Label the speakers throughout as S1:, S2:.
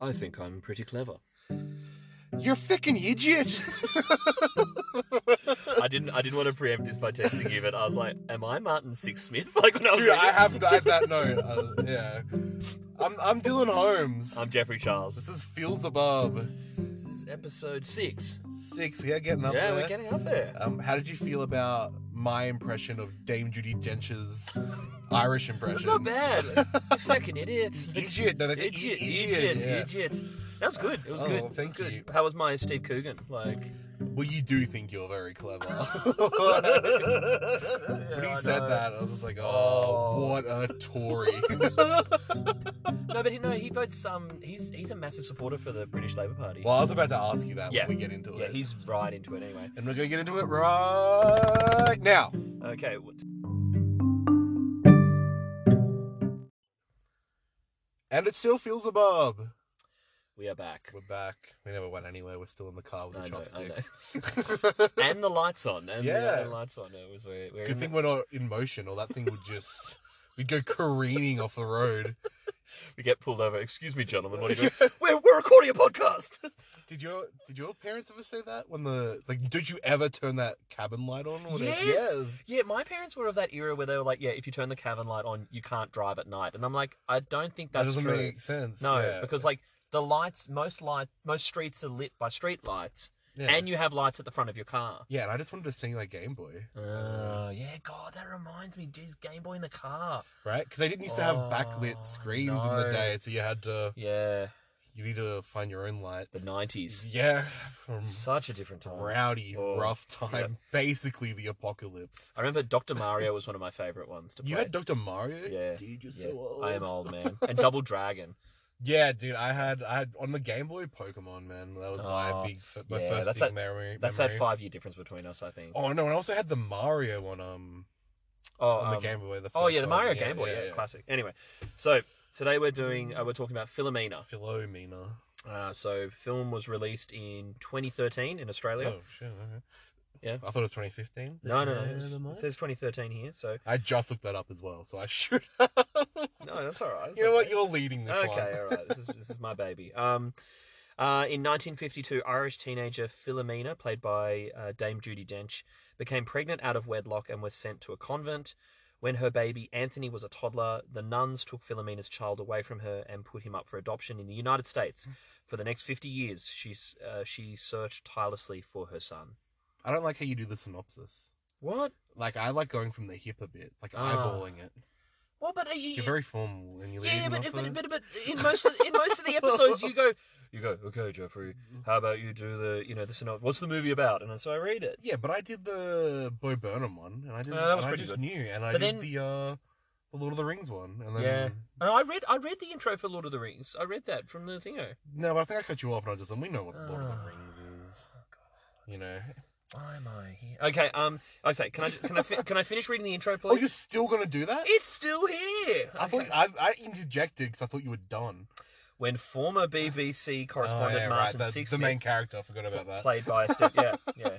S1: I think I'm pretty clever.
S2: You're fucking idiot.
S1: I didn't. I didn't want to preempt this by texting you, but I was like, "Am I Martin Sixsmith?" Like when I was.
S2: Dude, I
S1: reading-
S2: have I had that note. Uh, yeah. I'm, I'm Dylan Holmes.
S1: I'm Jeffrey Charles.
S2: This is Feels Above.
S1: This is episode six.
S2: Six. Yeah, getting up
S1: yeah,
S2: there.
S1: we're getting up there.
S2: Um, how did you feel about my impression of Dame Judy Dench's Irish
S1: That's
S2: impression?
S1: not bad. you fucking idiot.
S2: Idiot. No, that's
S1: Idiot. Idiot.
S2: Idiot.
S1: Idiot.
S2: yeah.
S1: That was good. It was
S2: Oh,
S1: good. it was
S2: thank
S1: good.
S2: you.
S1: How was my Steve Coogan? Like,
S2: Well, you do think you're very clever. when he said that, I was just like, oh,
S1: Oh.
S2: what a Tory.
S1: no, but he, no, he votes. Um, he's he's a massive supporter for the British Labour Party.
S2: well, I was about to ask you that
S1: Yeah.
S2: when we get into
S1: Yeah,
S2: it.
S1: he's right into it anyway.
S2: and we're going to get into it right now.
S1: Okay. what's-
S2: And it still feels above.
S1: We are back.
S2: We're back. We never went anywhere. We're still in the car with the
S1: I know, I
S2: chopstick.
S1: know. and the lights on. And
S2: Yeah.
S1: the, and lights on. It was we're, we're
S2: Good
S1: in-
S2: thing we're not in motion, or that thing would just. We'd go careening off the road.
S1: we get pulled over. Excuse me, gentlemen. What are you doing? we're, we're recording a podcast.
S2: Did your Did your parents ever say that when the like? Did you ever turn that cabin light on? Or whatever?
S1: Yes. Yeah, my parents were of that era where they were like, yeah, if you turn the cabin light on, you can't drive at night. And I'm like, I don't think
S2: That
S1: that's
S2: doesn't
S1: true.
S2: make sense.
S1: no,
S2: Yeah.
S1: because like the lights, most light, most streets are lit by street lights,
S2: Yeah.
S1: and you have lights at the front of your car.
S2: Yeah, and I just wanted to sing like Game Boy,
S1: Oh, yeah, God, that reminds me. Jeez, Game Boy in the car.
S2: right? Because they didn't used to have
S1: Oh,
S2: backlit screens in
S1: no.
S2: the day, so you had to
S1: Yeah,
S2: you need to find your own light.
S1: the 90s.
S2: Yeah, from
S1: Such a different time.
S2: rowdy,
S1: Oh,
S2: rough time, basically the apocalypse.
S1: I remember Dr. Mario was one of my favorite ones to play.
S2: You had Doctor Mario,
S1: Yeah,
S2: dude. You're
S1: Yeah,
S2: so old.
S1: I am old, man. And Double Dragon.
S2: Yeah, dude. I had I had on the Game Boy Pokemon, man. That was
S1: Oh,
S2: my big f- my
S1: yeah,
S2: first
S1: that's
S2: big
S1: that-
S2: memory.
S1: That's
S2: memory.
S1: that five year difference between us, I think.
S2: Oh no, and I also had the Mario one um
S1: Oh,
S2: on
S1: um,
S2: the Game Boy. The
S1: Oh
S2: first
S1: yeah, the
S2: one.
S1: Mario Game Boy, yeah, classic. Anyway, so today we're doing uh, we're talking about Philomena.
S2: Philomena.
S1: Uh, so film was released in 2013 in Australia.
S2: Oh shit. Okay.
S1: Yeah.
S2: I thought it was 2015.
S1: No, no, no.
S2: Yeah,
S1: it's-
S2: the
S1: It
S2: Mario.
S1: says 2013 here, so
S2: I just looked that up as well, so I should.
S1: no, that's all right. that's
S2: you know what?
S1: okay.
S2: You're leading this one.
S1: okay, all right. This is this is my baby. Um, uh, in 1952, Irish teenager Philomena, played by uh, Dame Judy Dench, became pregnant out of wedlock and was sent to a convent. When her baby Anthony was a toddler, the nuns took Philomena's child away from her and put him up for adoption in the United States.
S2: Hmm.
S1: For the next 50 years, she s- uh, she searched tirelessly for her son.
S2: I don't like how you do the synopsis.
S1: What?
S2: Like I like going from the hip a bit, like
S1: Ah.
S2: eyeballing it.
S1: Well, but are you?
S2: You're very formal and you lead
S1: Yeah,
S2: them
S1: but,
S2: off
S1: but,
S2: it.
S1: but, but in most of, in most of the episodes, you go, you go, okay, Jeffrey,
S2: Mm-hmm.
S1: how about you do the, you know, the synopsis? What's the movie about? And so I read it.
S2: Yeah, but I did the Bo Burnham one, and I just,
S1: Uh, that was
S2: and I
S1: pretty
S2: just
S1: good.
S2: knew, and I
S1: But
S2: did
S1: then-
S2: the uh, the Lord of the Rings one, and then
S1: Yeah. And I read, I read the intro for Lord of the Rings. I read that from the thingo.
S2: no, but I think I cut you off, and I just and we know what the Lord of
S1: Ah.
S2: the Rings is, you know.
S1: Why am I here? Okay, um, I say, can I can I fi- can I finish reading the intro,
S2: Oh,
S1: please?
S2: you're still gonna do that?
S1: It's still here.
S2: I thought I, I interjected because I thought you were done.
S1: When former BBC correspondent
S2: oh, yeah,
S1: Martin
S2: right. The,
S1: Sixsmith,
S2: the main character. I forgot about that.
S1: played by Steve, yeah, yeah,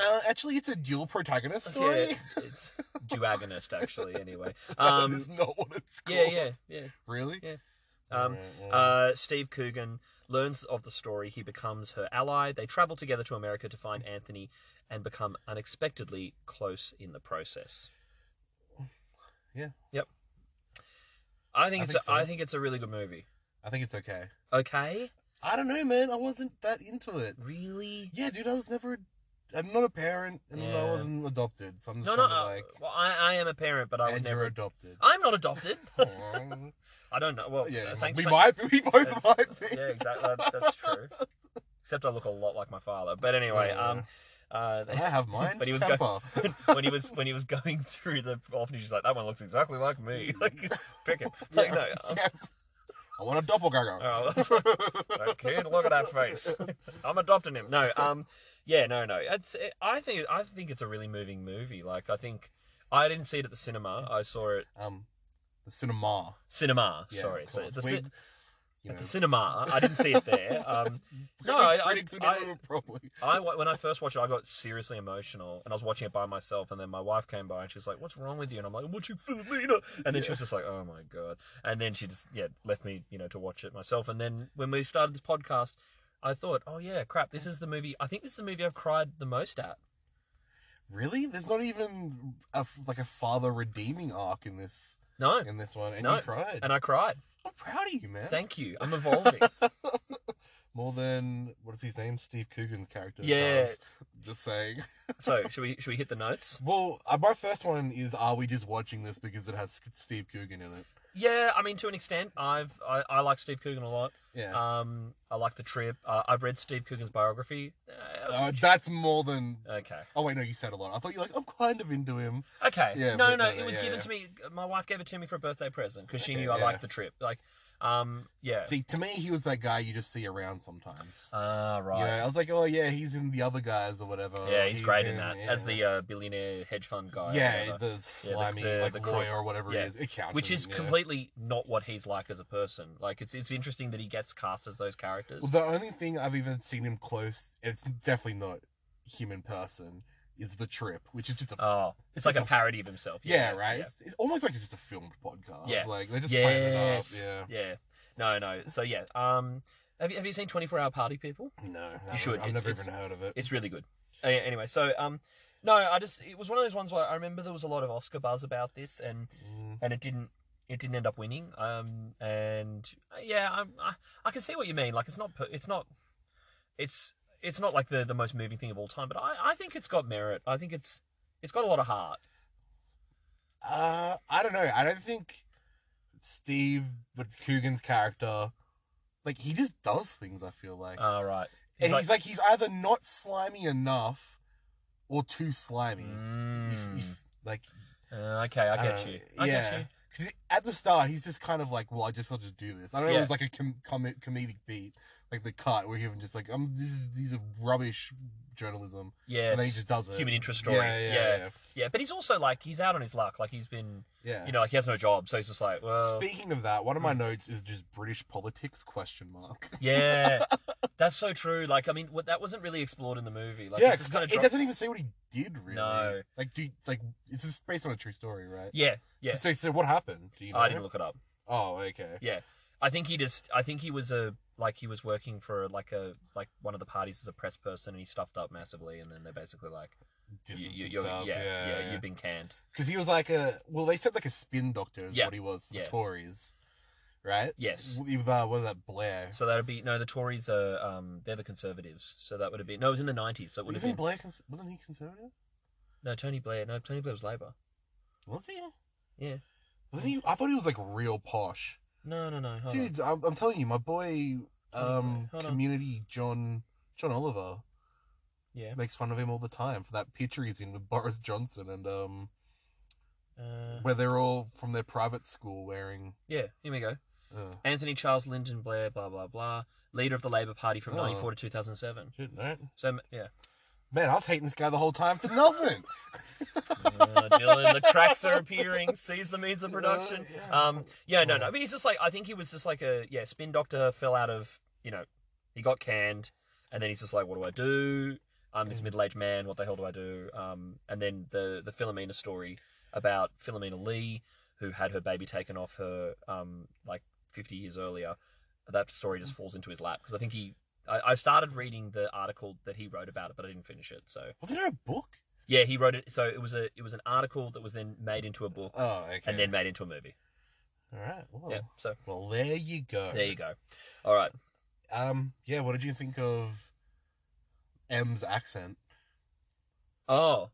S2: Uh, actually, it's a dual protagonist story.
S1: yeah, it's duagonist actually. Anyway,
S2: that
S1: um,
S2: is not what it's called.
S1: yeah, yeah, yeah.
S2: Really?
S1: Yeah. Um,
S2: Alright, well,
S1: Uh, Steve Coogan learns of the story. He becomes her ally. They travel together to America to find Anthony and become unexpectedly close in the process.
S2: Yeah.
S1: Yep. I think
S2: I
S1: it's
S2: think
S1: a,
S2: so.
S1: I think it's a really good movie.
S2: I think it's okay.
S1: Okay?
S2: I don't know, man. I wasn't that into it.
S1: Really?
S2: Yeah, dude, I was never. I'm not a parent, and
S1: Yeah.
S2: I wasn't adopted, so I'm just
S1: No, no.
S2: kind of
S1: uh,
S2: like.
S1: well, I, I am a parent, but I was
S2: and
S1: never
S2: you're adopted.
S1: I'm not adopted.
S2: Aw.
S1: I don't know. Well,
S2: yeah,
S1: uh, thanks.
S2: we
S1: thank-
S2: might. Be, we both
S1: That's-
S2: might be.
S1: Yeah, exactly. That's true. Except I look a lot like my father. But anyway,
S2: Yeah.
S1: um uh,
S2: I have mine.
S1: But he was
S2: temper.
S1: when he was when he was going through the orphanage, he's like, "That one looks exactly like me." Like, pick him. Like, no, uh. I'm,
S2: Yeah. I want a doppelganger.
S1: oh, that's like, I can't look at that face. I'm adopting him. No, um, yeah, no, no. It's it, I think I think it's a really moving movie. Like, I think I didn't see it at the cinema. I saw it
S2: um, the cinema.
S1: cinema.
S2: Yeah,
S1: sorry,
S2: of
S1: so
S2: course.
S1: the
S2: We-
S1: cin-
S2: you
S1: at
S2: know,
S1: the cinema. I didn't see it there. Um, no, I, I,
S2: critics would
S1: I,
S2: never probably.
S1: I wa- when I first watched it, I got seriously emotional, and I was watching it by myself. And then my wife came by, and she's like, "What's wrong with you?" And I'm like, "I'm watching Philomena." And then she was just like, "Oh my god!" And then she just yeah left me, you know, to watch it myself. And then when we started this podcast, I thought, "Oh yeah, crap! This is the movie. I think this is the movie I've cried the most at."
S2: Really, there's not even a f like a father redeeming arc in this
S1: No,
S2: in this one, and
S1: No,
S2: you cried.
S1: and I cried.
S2: I'm proud of you, man.
S1: Thank you. I'm evolving.
S2: More than what is his name, Steve Coogan's character.
S1: Yeah.
S2: does. just saying.
S1: so should we should we hit the notes?
S2: Well, uh, my first one is: Are we just watching this because it has S- Steve Coogan in it?
S1: Yeah, I mean to an extent, I've I, I like Steve Coogan a lot.
S2: Yeah,
S1: Um, I like the trip. Uh, I've read Steve Coogan's biography. Uh,
S2: uh, that's more than.
S1: okay.
S2: Oh wait, no, you said a lot. I thought you were like, I'm kind of into him.
S1: Okay.
S2: Yeah,
S1: no, no,
S2: but
S1: no.
S2: no,
S1: It was
S2: yeah,
S1: given
S2: yeah.
S1: to me. My wife gave it to me for a birthday present because she
S2: Okay,
S1: knew I
S2: yeah.
S1: liked the trip. Like, um, yeah.
S2: See, to me, he was that guy you just see around sometimes.
S1: Ah, right.
S2: Yeah, I was like, oh yeah, he's in the other guys or whatever.
S1: yeah, he's, great in, that
S2: yeah.
S1: as the uh, billionaire hedge fund guy. or
S2: yeah,
S1: whatever,
S2: the slimy
S1: the-
S2: like
S1: the crook.
S2: lawyer or whatever
S1: Yeah.
S2: it is, accountant,
S1: which is
S2: yeah.
S1: completely not what he's like as a person. Like, it's it's interesting that he gets cast as those characters.
S2: Well, the only thing I've even seen him close, and it's definitely not him in person, is the trip, which is just a
S1: oh, it's like a
S2: just a-
S1: parody of himself.
S2: yeah, right.
S1: Yeah.
S2: It's, it's almost like it's just a filmed podcast.
S1: Yeah.
S2: like they're just
S1: Yes.
S2: playing it up.
S1: yeah. No, no. So yeah. Um, have you have you seen Twenty Four Hour Party People?
S2: Yeah, no, I've-
S1: should.
S2: I've
S1: It's-
S2: never
S1: it's-
S2: even heard of it.
S1: It's really good. Uh, yeah, anyway, so um, no, I just it was one of those ones where I remember there was a lot of Oscar buzz about this, and
S2: Mm.
S1: and it didn't it didn't end up winning. Um, and uh, yeah, I'm- I I can see what you mean. Like it's not per- it's not it's it's not like the the most moving thing of all time, but I I think it's got merit. I think it's it's got a lot of heart.
S2: Uh, I don't know. I don't think Steve, but Coogan's character, like he just does things. I feel like,
S1: All right.
S2: and he's like he's either not slimy enough or too slimy. If, if, like
S1: "Mm, okay, I get
S2: don't
S1: you.
S2: know.
S1: I
S2: Uh, yeah.
S1: get you.
S2: Because at the start, he's just kind of like, "Well, I just I'll just do this." I don't know.
S1: Yeah.
S2: It was like a com- com- comedic beat, like the cut where he was just like, "I'm this is these are rubbish journalism,"
S1: Yes.
S2: and then he just does it.
S1: human interest story.
S2: Yeah, yeah, yeah. yeah.
S1: Yeah, but he's also like he's out on his luck. Like he's been,
S2: Yeah.
S1: you know, like he has no job, so he's just like, well, hmm.
S2: Speaking of that, one of my notes is just British politics question mark.
S1: yeah, that's so true. Like I mean, what, that wasn't really explored in the movie. Like,
S2: yeah,
S1: it's just
S2: 'cause
S1: kind of
S2: it doesn't even say what he did really.
S1: No.
S2: like do you, like it's just based on a true story, right?
S1: Yeah, yeah.
S2: So, so, so what happened? Do you know?
S1: I didn't look it up.
S2: Oh, okay.
S1: Yeah, I think he just, I think he was a like he was working for like a like one of the parties as a press person, and he stuffed up massively, and then they're basically like, you,
S2: Distance
S1: you- you're-
S2: himself.
S1: yeah, yeah,
S2: yeah,
S1: you've been canned.
S2: Because he was like a well, they said like a spin doctor is
S1: Yeah.
S2: what he was for
S1: Yeah.
S2: the Tories, right?
S1: Yes.
S2: He was, uh, what was that Blair?
S1: So that'd be no, the Tories are um they're the conservatives, so that would have been no, it was in the nineties, so it would have
S2: Isn't
S1: been
S2: Blair cons- wasn't he conservative?
S1: no Tony Blair, no Tony Blair was Labour.
S2: Was he?
S1: Yeah.
S2: Wasn't he? I thought he was like real posh,
S1: No, no, no. Hold on.
S2: dude. I'm, I'm telling you, my boy, um,
S1: Hold on.
S2: community John John Oliver
S1: Yeah.
S2: makes fun of him all the time for that picture he's in with Boris Johnson and um,
S1: Uh,
S2: where they're all from their private school wearing.
S1: yeah, here we go.
S2: Uh,
S1: Anthony Charles Lyndon Blair, blah, blah, blah. Leader of the Labour Party from
S2: Oh.
S1: 94 to 2007.
S2: shit, right?
S1: So, m- yeah.
S2: Man, I was hating this guy the whole time for nothing.
S1: Uh, Dylan, the cracks are appearing. Seize the means of production.
S2: Uh, yeah.
S1: Um, yeah, no, no. I mean, it's just like, I think he was just like a, yeah, spin doctor fell out of, you know, he got canned. And then he's just like, what do I do? I'm this
S2: Mm.
S1: middle aged man. What the hell do I do? Um, and then the, the Philomena story about Philomena Lee, who had her baby taken off her, um, like 50 years earlier. That story
S2: Mm.
S1: just falls into his lap because I think he. I, I started reading the article that he wrote about it, but I didn't finish it. So
S2: Wasn't there a book?
S1: yeah, he wrote it. So it was a it was an article that was then made into a book
S2: Oh, okay. Oh.
S1: and then made into a movie.
S2: all right. Well,
S1: Yeah. So
S2: well, there you go.
S1: there you go. All right.
S2: Um, yeah. What did you think of M's accent?
S1: Oh,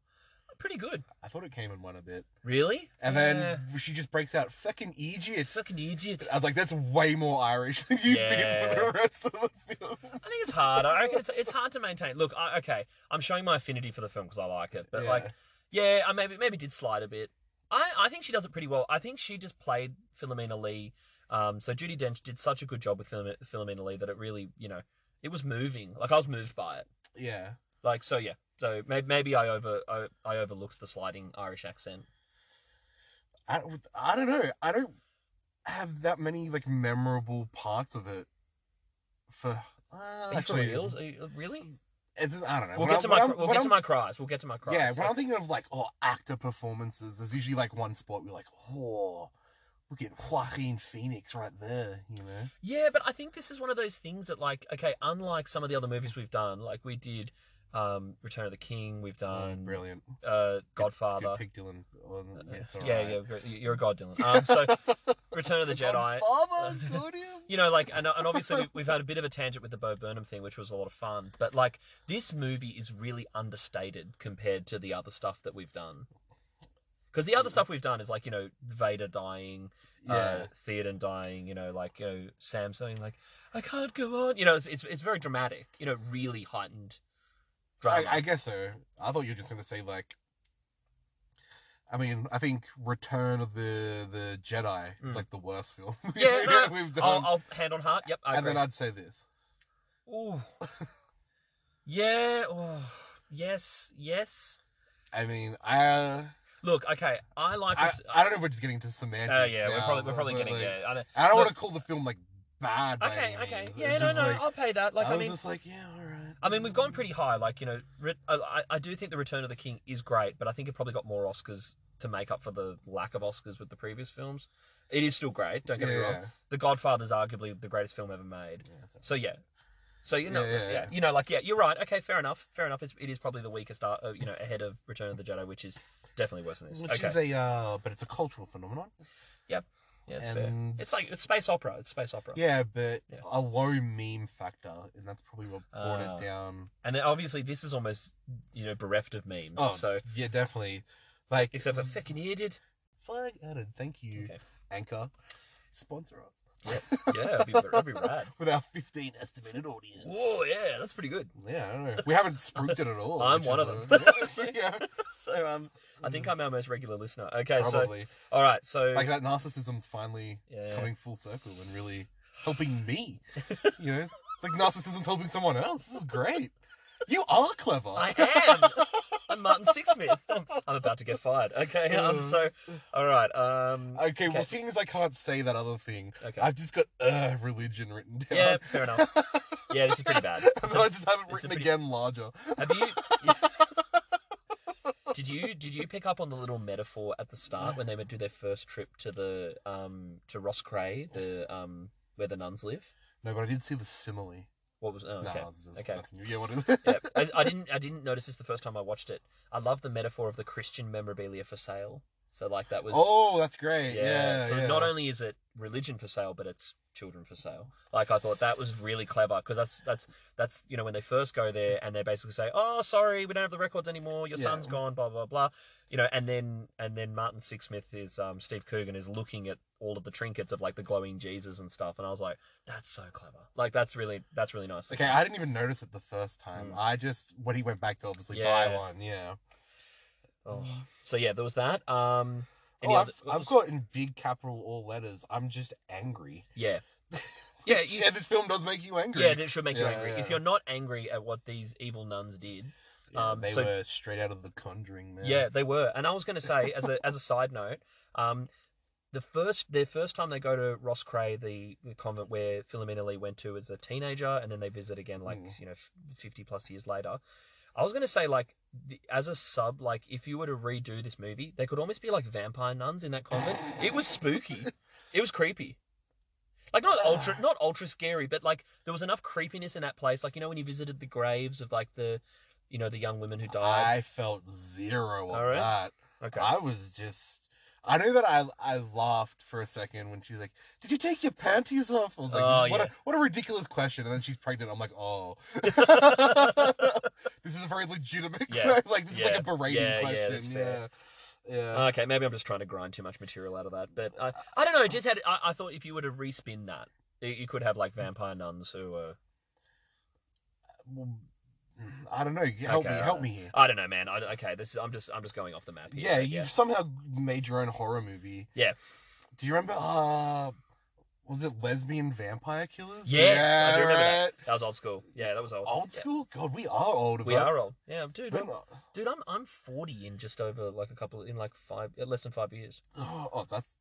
S1: pretty good.
S2: I thought it came in one a bit,
S1: Really?
S2: and
S1: Yeah.
S2: then she just breaks out "fucking
S1: it's
S2: idiot."
S1: fucking idiot.
S2: I was like, "That's way more Irish than you did for
S1: Yeah.
S2: the rest of the film."
S1: I think it's hard. I reckon it's, it's hard to maintain. Look, I, okay, I'm showing my affinity for the film because I like it, but
S2: Yeah.
S1: like, yeah, I maybe maybe did slide a bit. I, I think she does it pretty well. I think she just played Philomena Lee. Um, so Judy Dench did such a good job with Philome- Philomena Lee that it really, you know, it was moving. Like I was moved by it.
S2: yeah.
S1: Like so, yeah. So maybe, maybe I over I, I overlooked the sliding Irish accent.
S2: I, I don't know. I don't. have that many like memorable parts of it. For uh,
S1: Are you for
S2: actually,
S1: reals? Are you, really?
S2: it's I don't know.
S1: We'll
S2: When
S1: get
S2: I-
S1: to
S2: when
S1: my
S2: I'm-
S1: cr- we'll
S2: when
S1: get
S2: I'm-
S1: to my cries. We'll get to my cries.
S2: Yeah, when
S1: Like,
S2: I'm thinking of like oh actor performances, there's usually like one spot where like oh look at Joaquin Phoenix right there, you know.
S1: Yeah, but I think this is one of those things that, like, okay, unlike some of the other movies we've done, like we did um, Return of the King, we've
S2: Oh,
S1: done
S2: brilliant.
S1: uh, Godfather.
S2: Good pick, Dylan. Wasn't- yeah, it's
S1: Uh, yeah,
S2: alright.
S1: yeah, great. You- you're a god, Dylan. Um, so Return of the Jedi.
S2: Godfather, Studio?
S1: You know, like, and, and obviously we- we've had a bit of a tangent with the Bo Burnham thing, which was a lot of fun. But like, this movie is really understated compared to the other stuff that we've done. Because the other stuff we've done is like, you know, Vader dying, uh,
S2: yeah.
S1: Theoden dying, you know, like you know, Sam saying like, "I can't go on," you know, it's it's, it's very dramatic, you know, really heightened drama.
S2: I, I guess so. I thought you were just gonna say like. I mean, I think Return of the the Jedi
S1: Mm.
S2: is like the worst film
S1: Yeah, no,
S2: we've
S1: I'll,
S2: done.
S1: I'll hand on heart. Yep, I
S2: and
S1: agree.
S2: then I'd say this.
S1: Ooh. yeah. Oh, yes. Yes.
S2: I mean, I
S1: Look. Okay. I like.
S2: I, I don't know if we're just getting to semantics.
S1: Uh, yeah, we're
S2: now,
S1: probably we're
S2: but-
S1: probably
S2: but,
S1: getting
S2: like,
S1: yeah. I don't,
S2: I don't
S1: Look-
S2: want to call the film like bad. by
S1: okay.
S2: any
S1: Okay.
S2: means.
S1: Yeah.
S2: It's
S1: No.
S2: just,
S1: No.
S2: like-
S1: I'll pay that. Like.
S2: I
S1: I,
S2: was
S1: mean.
S2: just like, yeah, all right.
S1: I mean, we've gone pretty high. Like, you know, re- I, I- I do think The Return of the King is great, but I think it probably got more Oscars to make up for the lack of Oscars with the previous films. It is still great, don't get me wrong. The Godfather's arguably the greatest film ever made.
S2: Yeah, it's-
S1: So, yeah. So, you know,
S2: Yeah,
S1: yeah,
S2: yeah, yeah.
S1: you know, like, yeah, you're right. Okay, fair enough. Fair enough. It's, it is probably the weakest, uh, you know, ahead of Return of the Jedi, which is definitely worse than this.
S2: Which
S1: okay.
S2: is a, uh, but it's a cultural phenomenon.
S1: yeah, it's fair.
S2: and
S1: It's like, it's space opera. It's space opera.
S2: yeah, but
S1: Yeah.
S2: a low meme factor, and that's probably what brought
S1: Ah.
S2: it down.
S1: And then obviously, this is almost, you know, bereft of memes.
S2: Oh,
S1: So,
S2: yeah, definitely. Like,
S1: except for fucking idiot.
S2: fuck, Adam, thank you,
S1: Okay.
S2: Anchor, sponsor us
S1: Yeah, it'd be, it'd be rad.
S2: with our 15 estimated audience.
S1: Whoa, yeah, that's pretty good.
S2: Yeah, I don't know. We haven't spruiked it at all.
S1: I'm
S2: which
S1: one
S2: is,
S1: of
S2: uh,
S1: them.
S2: yeah,
S1: So um, I think I'm our most regular listener. Okay, so
S2: probably.
S1: all right, so
S2: like that narcissism's finally
S1: Yeah.
S2: coming full circle and really helping me. you know, it's like narcissism's helping someone else. This is great. You are clever.
S1: I am. I'm Martin Sixsmith. I'm, I'm about to get fired. Okay, um, so all right, um,
S2: okay,
S1: Okay.
S2: well, seeing as Uh. I can't say that other thing,
S1: okay,
S2: I've just got uh, religion written down.
S1: yeah, fair enough. Yeah, this is pretty bad.
S2: so I just have it
S1: it's a
S2: written
S1: pretty-
S2: again larger.
S1: Have you? Did you did you pick up on the little metaphor at the start when they would do their first trip to the um to Ross Cray, the um where the nuns live?
S2: No, but I did see the simile.
S1: What was oh,
S2: No,
S1: okay?
S2: it's just,
S1: Okay.
S2: that's new. Yeah, what is it?
S1: yeah, I, I didn't. I didn't notice this the first time I watched it. I love the metaphor of the Christian memorabilia for sale. So like that was.
S2: oh, that's great. Yeah.
S1: so
S2: yeah.
S1: not only is it religion for sale, but it's children for sale. Like I thought that was really clever because that's that's that's you know when they first go there and they basically say, "Oh, sorry, we don't have the records anymore. Your
S2: Yeah.
S1: son's gone." Blah blah blah. You know, and then and then Martin Sixsmith is um, Steve Coogan is looking at all of the trinkets of like the glowing Jesus and stuff, and I was like, "That's so clever. Like that's really that's really nice."
S2: Okay, I didn't even notice it the first time.
S1: Mm.
S2: I just when he went back to obviously buy
S1: Yeah.
S2: one. Yeah.
S1: Oh. So yeah, there was that. Um, any
S2: Mm. Oh,
S1: other,
S2: I've, I've got in big capital all letters. I'm just angry.
S1: yeah, yeah,
S2: Which,
S1: you-
S2: yeah. This film does make you angry.
S1: yeah. That should make you
S2: Yeah,
S1: angry.
S2: yeah.
S1: If you're not angry at what these evil nuns did,
S2: Yeah,
S1: um,
S2: they
S1: so-
S2: were straight out of The Conjuring, man.
S1: yeah, they were. And I was going to say, as a as a side note, um, the first their first time they go to Ross Cray, the, the convent where Philomena Lee went to as a teenager, and then they visit again, like
S2: Mm.
S1: you know, f- fifty plus years later. I was going to say, like, the, as a sub, like, if you were to redo this movie, they could almost be like vampire nuns in that convent. it was spooky. It was creepy. Like not ultra, not ultra scary, but like there was enough creepiness in that place. Like you know when you visited the graves of like the, you know the young women who died.
S2: I felt zero of
S1: All right.
S2: that.
S1: okay.
S2: I was just. I know that I I laughed for a second when she's like, "Did you take your panties off?" I was like,
S1: Oh,
S2: "What
S1: yeah.
S2: a what a ridiculous question!" And then she's pregnant. I'm like, "Oh, this is a very legitimate.
S1: Yeah.
S2: like this is
S1: Yeah.
S2: like a berating
S1: Yeah, yeah,
S2: question.
S1: that's fair.
S2: Yeah, yeah.
S1: Okay, maybe I'm just trying to grind too much material out of that, but I, I don't know. it Just had I, I thought if you were to respin that, you you could have like vampire nuns who were.
S2: Well, Mm, I don't know. Help
S1: Okay,
S2: me, help
S1: alright.
S2: me here.
S1: I don't know, man. I, okay, this is I'm just I'm just going off the map here.
S2: Yeah,
S1: but
S2: you've somehow made your own horror movie.
S1: Yeah.
S2: Do you remember? Uh, was it lesbian vampire killers?
S1: Yes, I do remember
S2: right.
S1: that. That was old school. Yeah, that was old.
S2: Old
S1: Yeah.
S2: school? God, we are old. uh,
S1: We
S2: guys.
S1: are old. Yeah, dude.
S2: We're
S1: I'm,
S2: not-
S1: dude, I'm I'm 40 in just over like a couple in like five uh, less than five years.
S2: Oh, oh, that's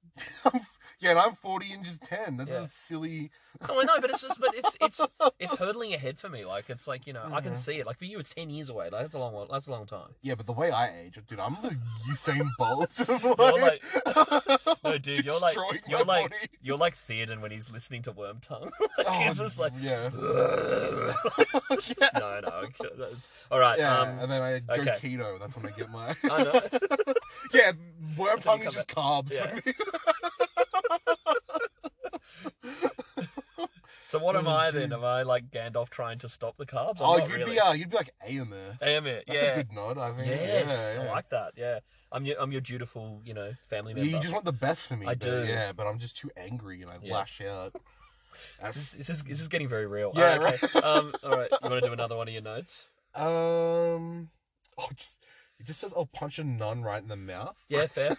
S2: yeah. And I'm forty and just ten. That's
S1: Yeah.
S2: a silly.
S1: No, Oh, I know, but it's just but it's it's it's hurdling ahead for me. Like it's like you know I can
S2: Mhm.
S1: see it. Like for you, it's 10 years away. Like that's a long one. That's a long time.
S2: Yeah, but the way I age, dude, I'm the Usain Bolt. of
S1: like-
S2: like,
S1: No, dude, you're like
S2: Destroying my
S1: you're like
S2: body.
S1: you're like Theoden when he's listening to Worm Tongue. like,
S2: Oh,
S1: it's just like
S2: yeah,
S1: no,
S2: yeah.
S1: no. Okay, that's, all right.
S2: Yeah,
S1: um,
S2: and then I go
S1: okay.
S2: keto. That's when I get my.
S1: I know.
S2: yeah,
S1: That's
S2: worm
S1: when
S2: tongue
S1: you
S2: is
S1: come
S2: just carbs
S1: Yeah.
S2: for me.
S1: So what am
S2: Oh,
S1: I then?
S2: dude.
S1: Am I like Gandalf trying to stop the carbs? I'm
S2: Oh,
S1: not
S2: you'd
S1: really.
S2: be uh, you'd be like Aemir.
S1: I am it.
S2: That's
S1: yeah.
S2: a good nod. I think.
S1: Yes, oh,
S2: yeah,
S1: I
S2: yeah.
S1: like that. Yeah, I'm your I'm your dutiful, you know, family member.
S2: You just want the best for me.
S1: I
S2: but
S1: do.
S2: Yeah, but I'm just too angry and I
S1: Yeah.
S2: lash out.
S1: this, is, this is this is getting very real.
S2: Yeah,
S1: All right, okay. um, all right. You want to do another one of your notes?
S2: Um, oh, it just, it just says I'll punch a nun right in the mouth.
S1: Yeah, fair.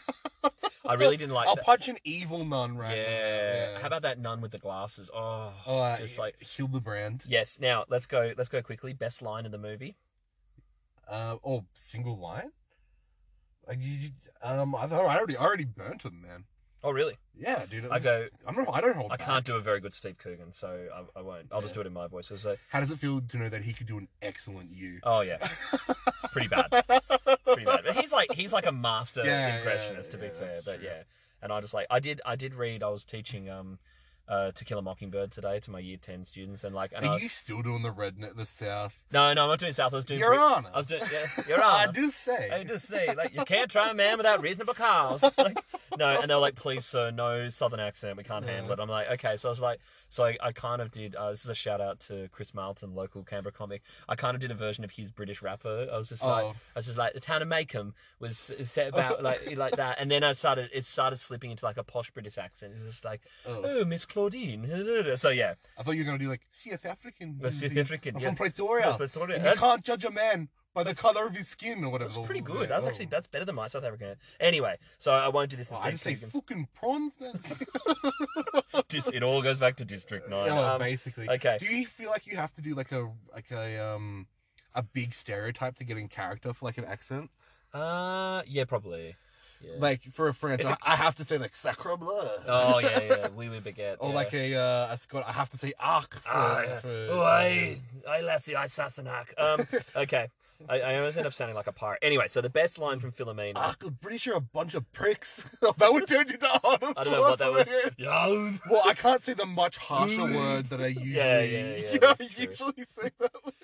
S1: I really didn't like
S2: I'll
S1: that.
S2: punch an evil nun right. in the
S1: yeah.
S2: mouth,
S1: How about that nun with the glasses? Oh,
S2: Oh, uh,
S1: just like
S2: Hildebrand.
S1: yes. Now let's go. Let's go quickly. Best line in the movie.
S2: Uh, oh, single line. Like you, you, um, I thought I already, I already burnt him, man.
S1: Oh, really?
S2: Yeah, dude.
S1: I go.
S2: I'm not. I don't hold.
S1: I
S2: back.
S1: can't do a very good Steve Coogan, so I, I won't. I'll just do it in my voice. So,
S2: How does it feel to know that he could do an excellent you?
S1: oh yeah, pretty bad. pretty bad. But he's like he's like a master
S2: Yeah,
S1: impressionist
S2: yeah,
S1: to be
S2: yeah,
S1: fair.
S2: that's
S1: But
S2: true.
S1: yeah, and I just like I did I did read I was teaching um uh To Kill a Mockingbird today to my Year Ten students and like and I,
S2: Are you still doing the redneck the south?
S1: no no I'm not doing South I was doing
S2: Your
S1: Brit-
S2: Honor.
S1: I was doing yeah Your
S2: I
S1: Honor.
S2: do say.
S1: I just say like you can't try a man without reasonable cause. Like, no, and they were like, please sir, no southern accent, we can't handle it. I'm like, okay, so I was like, so I, I kind of did. Uh, this is a shout out to Chris Marlton, local Canberra comic. I kind of did a version of his British rapper. I was just like,
S2: Oh.
S1: I was just like, the town of Makem was is set about like like that, and then I started it started slipping into like a posh British accent. It's just like,
S2: Oh.
S1: oh, Miss Claudine. So yeah,
S2: I thought you were gonna do like South African.
S1: The South
S2: See,
S1: African,
S2: I'm
S1: yeah.
S2: from Pretoria.
S1: Pretoria.
S2: And you
S1: That-
S2: can't judge a man by the color of his skin or whatever.
S1: that's pretty
S2: Yeah,
S1: good. That's
S2: oh.
S1: actually that's better than my South African. Anyway, so I won't do this.
S2: Oh,
S1: instead.
S2: I just say
S1: Keegan's-
S2: fucking prawns, man.
S1: Dis- it all goes back to District Nine.
S2: oh,
S1: Um,
S2: basically.
S1: okay.
S2: Do you feel like you have to do like a like a um a big stereotype to get in character for like an accent?
S1: Uh, yeah, probably. Yeah.
S2: Like for a French,
S1: It's
S2: I I have to say like sacre bleu.
S1: oh yeah, yeah. We would baguette.
S2: Or
S1: yeah.
S2: like a uh, a Scot, I have to say arc. For,
S1: Ah, yeah.
S2: for, uh, um,
S1: oh, I, I lassie, I sassenach. Um, okay. I, I always end up sounding like a pirate. Anyway, so the best line from Philomena.
S2: Arc, the British are a bunch of pricks. that would turn you to Arnold
S1: I don't know what that was.
S2: Schwarzenegger.
S1: Yeah.
S2: Well, I can't say the much harsher words that I usually
S1: Yeah, yeah, yeah,
S2: you know,
S1: that's true.
S2: usually say that. With.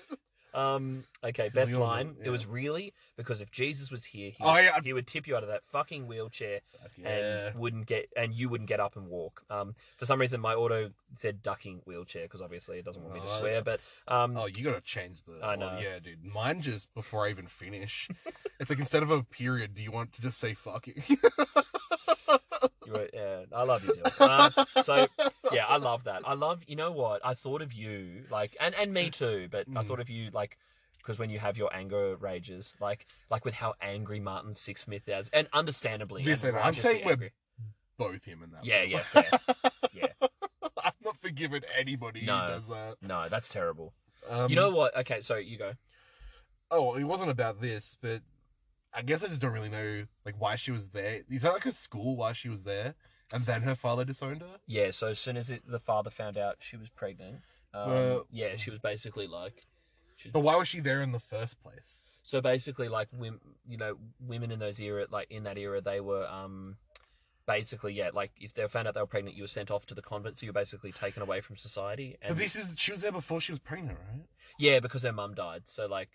S1: Um. Okay. Best
S2: Leon,
S1: line.
S2: yeah.
S1: It was really because if Jesus was here, he,
S2: Oh,
S1: would,
S2: yeah.
S1: he would tip you out of that fucking wheelchair
S2: Yeah.
S1: and wouldn't get and you wouldn't get up and walk. Um. For some reason, my auto said ducking wheelchair because obviously it doesn't want me to
S2: Oh,
S1: swear.
S2: yeah.
S1: But um.
S2: Oh, you gotta change the.
S1: I
S2: well,
S1: know.
S2: yeah, dude. Mine just before I even finish. it's like instead of a period, do you want to just say fucking?
S1: You were, yeah, I love you, Dylan. Uh, so, yeah, I love that. I love, you know what? I thought of you, like, and, and me too, but I
S2: Mm.
S1: thought of you, like, because when you have your anger rages, like, like with how angry Martin Sixsmith is, and understandably, and
S2: Listen, I'm
S1: righteously
S2: saying we're-
S1: angry.
S2: Both him and that.
S1: yeah,
S2: one.
S1: yeah, fair.
S2: I'm not forgiving anybody
S1: No.
S2: who does that.
S1: No, that's terrible.
S2: Um,
S1: you know what? Okay, so you go.
S2: Oh, it wasn't about this, but I guess I just don't really know like why she was there. Is that like a school why she was there, and then her father disowned her?
S1: Yeah, so as soon as it, the father found out she was pregnant, um,
S2: Well-
S1: yeah, she was basically like,
S2: But why was she there in the first place?
S1: So basically, like women, you know, women in those era, like in that era, they were um, basically yeah, like if they found out they were pregnant, you were sent off to the convent, so you're basically taken away from society. And
S2: But this is she was there before she was pregnant, right?
S1: yeah, because her mum died. So like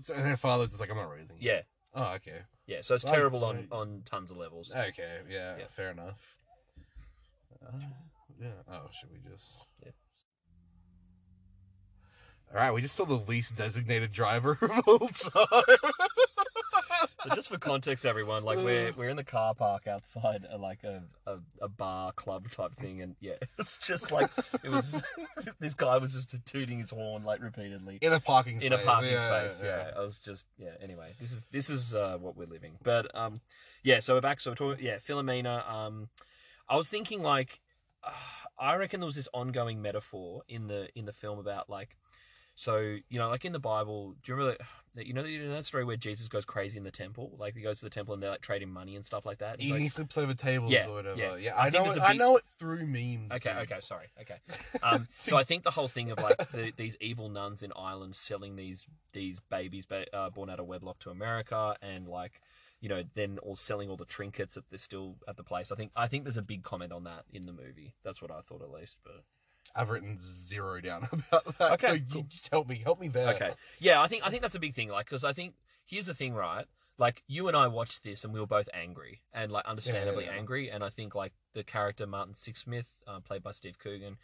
S2: So, and her father's just like, I'm not raising you.
S1: yeah,
S2: Oh, okay.
S1: yeah. So it's
S2: Right,
S1: terrible on
S2: right.
S1: on tons of levels.
S2: Okay, yeah,
S1: Yeah.
S2: fair enough. Uh, yeah. Oh, should we just?
S1: Yeah.
S2: All right, we just saw the least designated driver of all time.
S1: So just for context, everyone, like we're we're in the car park outside, a, like a, a a bar club type thing, and yeah, it's just like it was. this guy was just tooting his horn like repeatedly.
S2: In a parking space.
S1: in a parking space. Yeah, I was just yeah. Anyway, this is this is uh, what we're living. But um, yeah. So we're back. So we're talking. Yeah, Philomena. Um, I was thinking like I reckon there was this ongoing metaphor in the in the film about like, so you know, like in the Bible, do you remember that- that? You know, you know that story where Jesus goes crazy in the temple, like he goes to the temple and they're like trading money and stuff like that. It's
S2: Eating
S1: like-
S2: flips over tables
S1: Yeah,
S2: or whatever.
S1: yeah.
S2: Yeah,
S1: I
S2: I,
S1: think
S2: know.
S1: there's
S2: It,
S1: a
S2: I
S1: big-
S2: know it through memes.
S1: okay,
S2: dude.
S1: okay, sorry, okay. Um, so I think the whole thing of like the, these evil nuns in Ireland selling these these babies ba- uh, born out of wedlock to America, and like you know, then all selling all the trinkets that they're still at the place. I think I think there's a big comment on that in the movie. That's what I thought at least, but.
S2: I've written zero down about that.
S1: Okay,
S2: so
S1: cool.
S2: you just help me, help me there.
S1: Okay. Yeah, I think I think that's a big thing. Like, because I think here's the thing, right? Like, you and I watched this, and we were both angry, and like understandably
S2: yeah.
S1: angry. And I think like the character Martin Sixsmith, uh, played by Steve Coogan,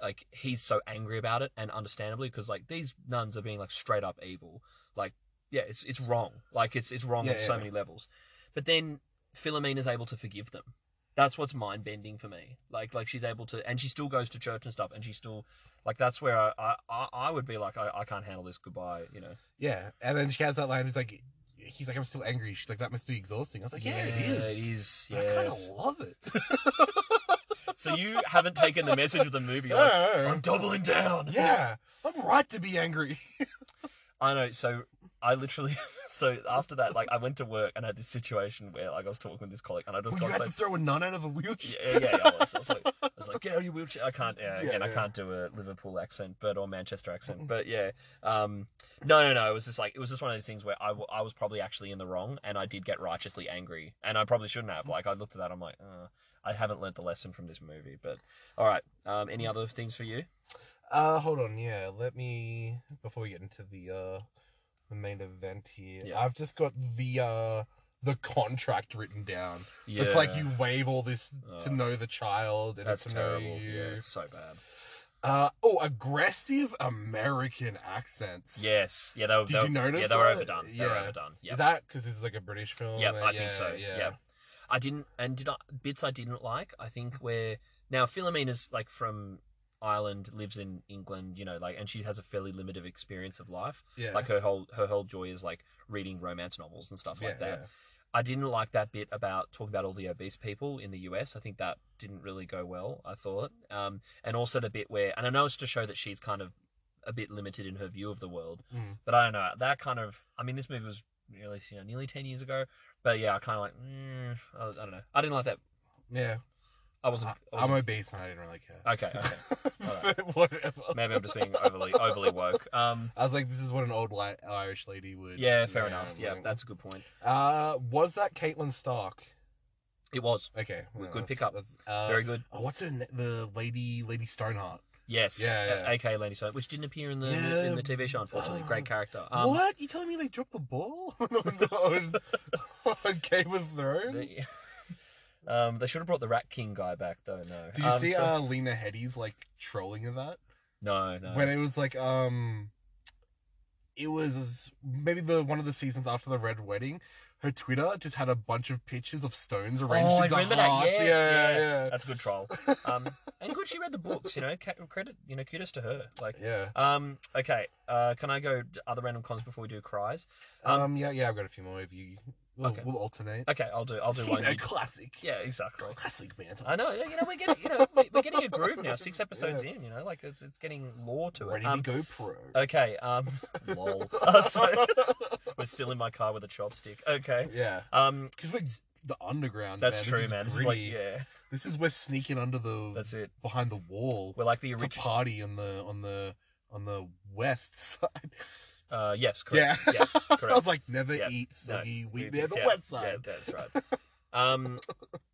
S1: like he's so angry about it, and understandably, because like these nuns are being like straight up evil. Like, yeah, it's it's wrong. Like, it's it's wrong
S2: Yeah,
S1: on so
S2: yeah.
S1: many levels. But then Philomene is able to forgive them. That's what's mind bending for me. Like, like she's able to, and she still goes to church and stuff, and she still, like, that's where I, I, I- I would be like, I, I can't handle this. Goodbye, you know.
S2: Yeah, and then she has that line. He's like, he's like, I'm still angry. She's like, that must be exhausting. I was like, yeah, it
S1: It
S2: is.
S1: is.
S2: I kind of
S1: yes.
S2: love it.
S1: so you haven't taken the message of the movie. You're like, I'm doubling down.
S2: yeah, I'm right to be angry.
S1: I know. So I literally, so after that, like, I went to work and I had this situation where, like, I was talking with this colleague and I just
S2: When you
S1: got
S2: had
S1: so
S2: to throw a nun out of a wheelchair.
S1: yeah, yeah, yeah. I was, I was like, I was like, get out of your wheelchair. I can't. Yeah,
S2: Yeah,
S1: again, I
S2: yeah.
S1: can't do a Liverpool accent, but or Manchester accent. But yeah, um, no, no, no. It was just like it was just one of those things where I, w- I was probably actually in the wrong, and I did get righteously angry, and I probably shouldn't
S2: Mm.
S1: have. Like I looked at that, I'm like, uh, I haven't learnt the lesson from this movie. But all right, um,
S2: Mm.
S1: any other things for you?
S2: Uh, hold on. Yeah, let me before we get into the uh the main event here.
S1: Yeah.
S2: I've just got the uh the contract written down. It's like
S1: Yeah.
S2: you waive all this
S1: Oh,
S2: to
S1: it's-
S2: know the child and
S1: That's
S2: to know
S1: terrible.
S2: you.
S1: Yeah, it's so bad.
S2: Uh oh, aggressive American accents.
S1: Yes, yeah, they were.
S2: Did
S1: they
S2: you
S1: were-
S2: notice
S1: Yeah, they were
S2: that?
S1: overdone. They were
S2: Yeah.
S1: overdone. Yeah.
S2: Is that because this is like a British film?
S1: Yeah,
S2: Uh,
S1: I think so. Yeah. I didn't, and did I, bits I didn't like. I think where now Philomena's like from Ireland, lives in England, you know, like, and she has a fairly limited experience of life.
S2: Yeah.
S1: Like her whole her whole joy is like reading romance novels and stuff like that. I didn't like that bit about talking about all the obese people in the US. I think that didn't really go well. I thought, um, and also the bit where, and I know it's to show that she's kind of a bit limited in her view of the world,
S2: Mm.
S1: but I don't know. That kind of, I mean, this movie was nearly, you know, nearly ten years ago. But yeah, I kind of like, mm, I, I don't know. I didn't like that.
S2: Yeah.
S1: I wasn't. I
S2: I'm
S1: wasn't
S2: obese and I didn't really care.
S1: okay, okay.
S2: Whatever.
S1: Maybe I'm just being overly overly woke. Um,
S2: I was like, this is what an old li- Irish lady would.
S1: yeah, fair
S2: Yeah,
S1: enough. Yeah,
S2: like-
S1: that's a good point.
S2: Uh, was that Caitlin Stark?
S1: It was
S2: Okay,
S1: Good
S2: that's-
S1: pickup.
S2: that's- uh,
S1: very good.
S2: oh, what's her na- the lady Lady Stoneheart?
S1: Yes,
S2: yeah,
S1: uh, aka Lady Stone, which didn't appear in the
S2: Yeah,
S1: in the TV show. Unfortunately,
S2: uh,
S1: great character. Um,
S2: what you telling me they dropped the ball on, on, on Game of Thrones?
S1: They, um, they should have brought the Rat King guy back though. No,
S2: Did you
S1: Um,
S2: see
S1: so-
S2: uh, Lena Headey's like trolling of that
S1: no, no.
S2: when it was like um, it was maybe the one of the seasons after the Red Wedding. Her Twitter just had a bunch of pictures of stones arranged
S1: oh, I
S2: into
S1: remember that.
S2: hearts.
S1: Yes,
S2: yeah, yeah, yeah.
S1: that's a good troll. Um, and good she read the books. You know, ca- credit. You know, kudos to her. Like,
S2: Yeah.
S1: um, okay. Uh, can I go to other random cons before we do cries? Um,
S2: Um, yeah, yeah, I've got a few more. If you, we'll,
S1: Okay.
S2: we'll alternate.
S1: Okay, I'll do. I'll do one.
S2: You know,
S1: you-
S2: classic.
S1: Yeah, exactly.
S2: Classic man.
S1: I know. You know, we're getting. You know, we- we're getting a groove now. Six episodes
S2: Yeah.
S1: in. You know, like it's it's getting lore to it.
S2: Ready
S1: Um,
S2: to go pro.
S1: okay. Um, lol. Uh, so, we're still in my car with a chopstick. Okay.
S2: yeah,
S1: Um,
S2: because we're ex- the underground.
S1: that's
S2: man.
S1: true,
S2: this
S1: man.
S2: Is
S1: This is like,
S2: gritty.
S1: yeah,
S2: This is we're sneaking under the
S1: that's it.
S2: behind the wall.
S1: We're like the
S2: for
S1: original.
S2: party on the on the on the west side.
S1: Uh, yes, correct.
S2: Yeah.
S1: Yeah,
S2: I was
S1: correct.
S2: like, never
S1: Yeah,
S2: eat
S1: no,
S2: soggy
S1: we-
S2: wheat. They're the
S1: yeah,
S2: west side.
S1: Yeah, that's right. Um,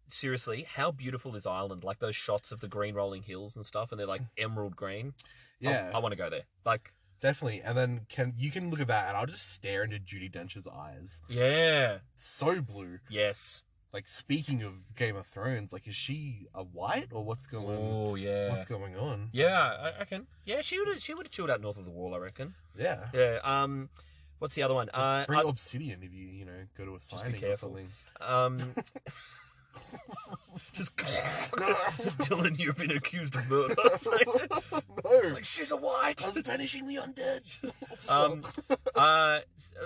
S1: seriously, how beautiful is Ireland? Like those shots of the green rolling hills and stuff, and they're like emerald green. I-
S2: Yeah,
S1: I, want to go there. Like,
S2: definitely. And then can you can look at that, and I'll just stare into Judy Dench's eyes.
S1: yeah,
S2: So blue.
S1: yes.
S2: Like speaking of Game of Thrones, like is she a white or what's going?
S1: Oh yeah.
S2: What's going on?
S1: yeah, I, I reckon. Yeah, she would have. She would have chilled out north of the wall. I reckon.
S2: Yeah.
S1: Yeah. Um, what's the other one?
S2: Just
S1: Uh,
S2: bring
S1: I-
S2: obsidian if you you know go to a
S1: be
S2: signing or
S1: careful.
S2: something.
S1: Um, just Dylan, you've been accused of murder. It's like, it's
S2: no,
S1: like, she's a white.
S2: I'm banishing the undead.
S1: Um, uh,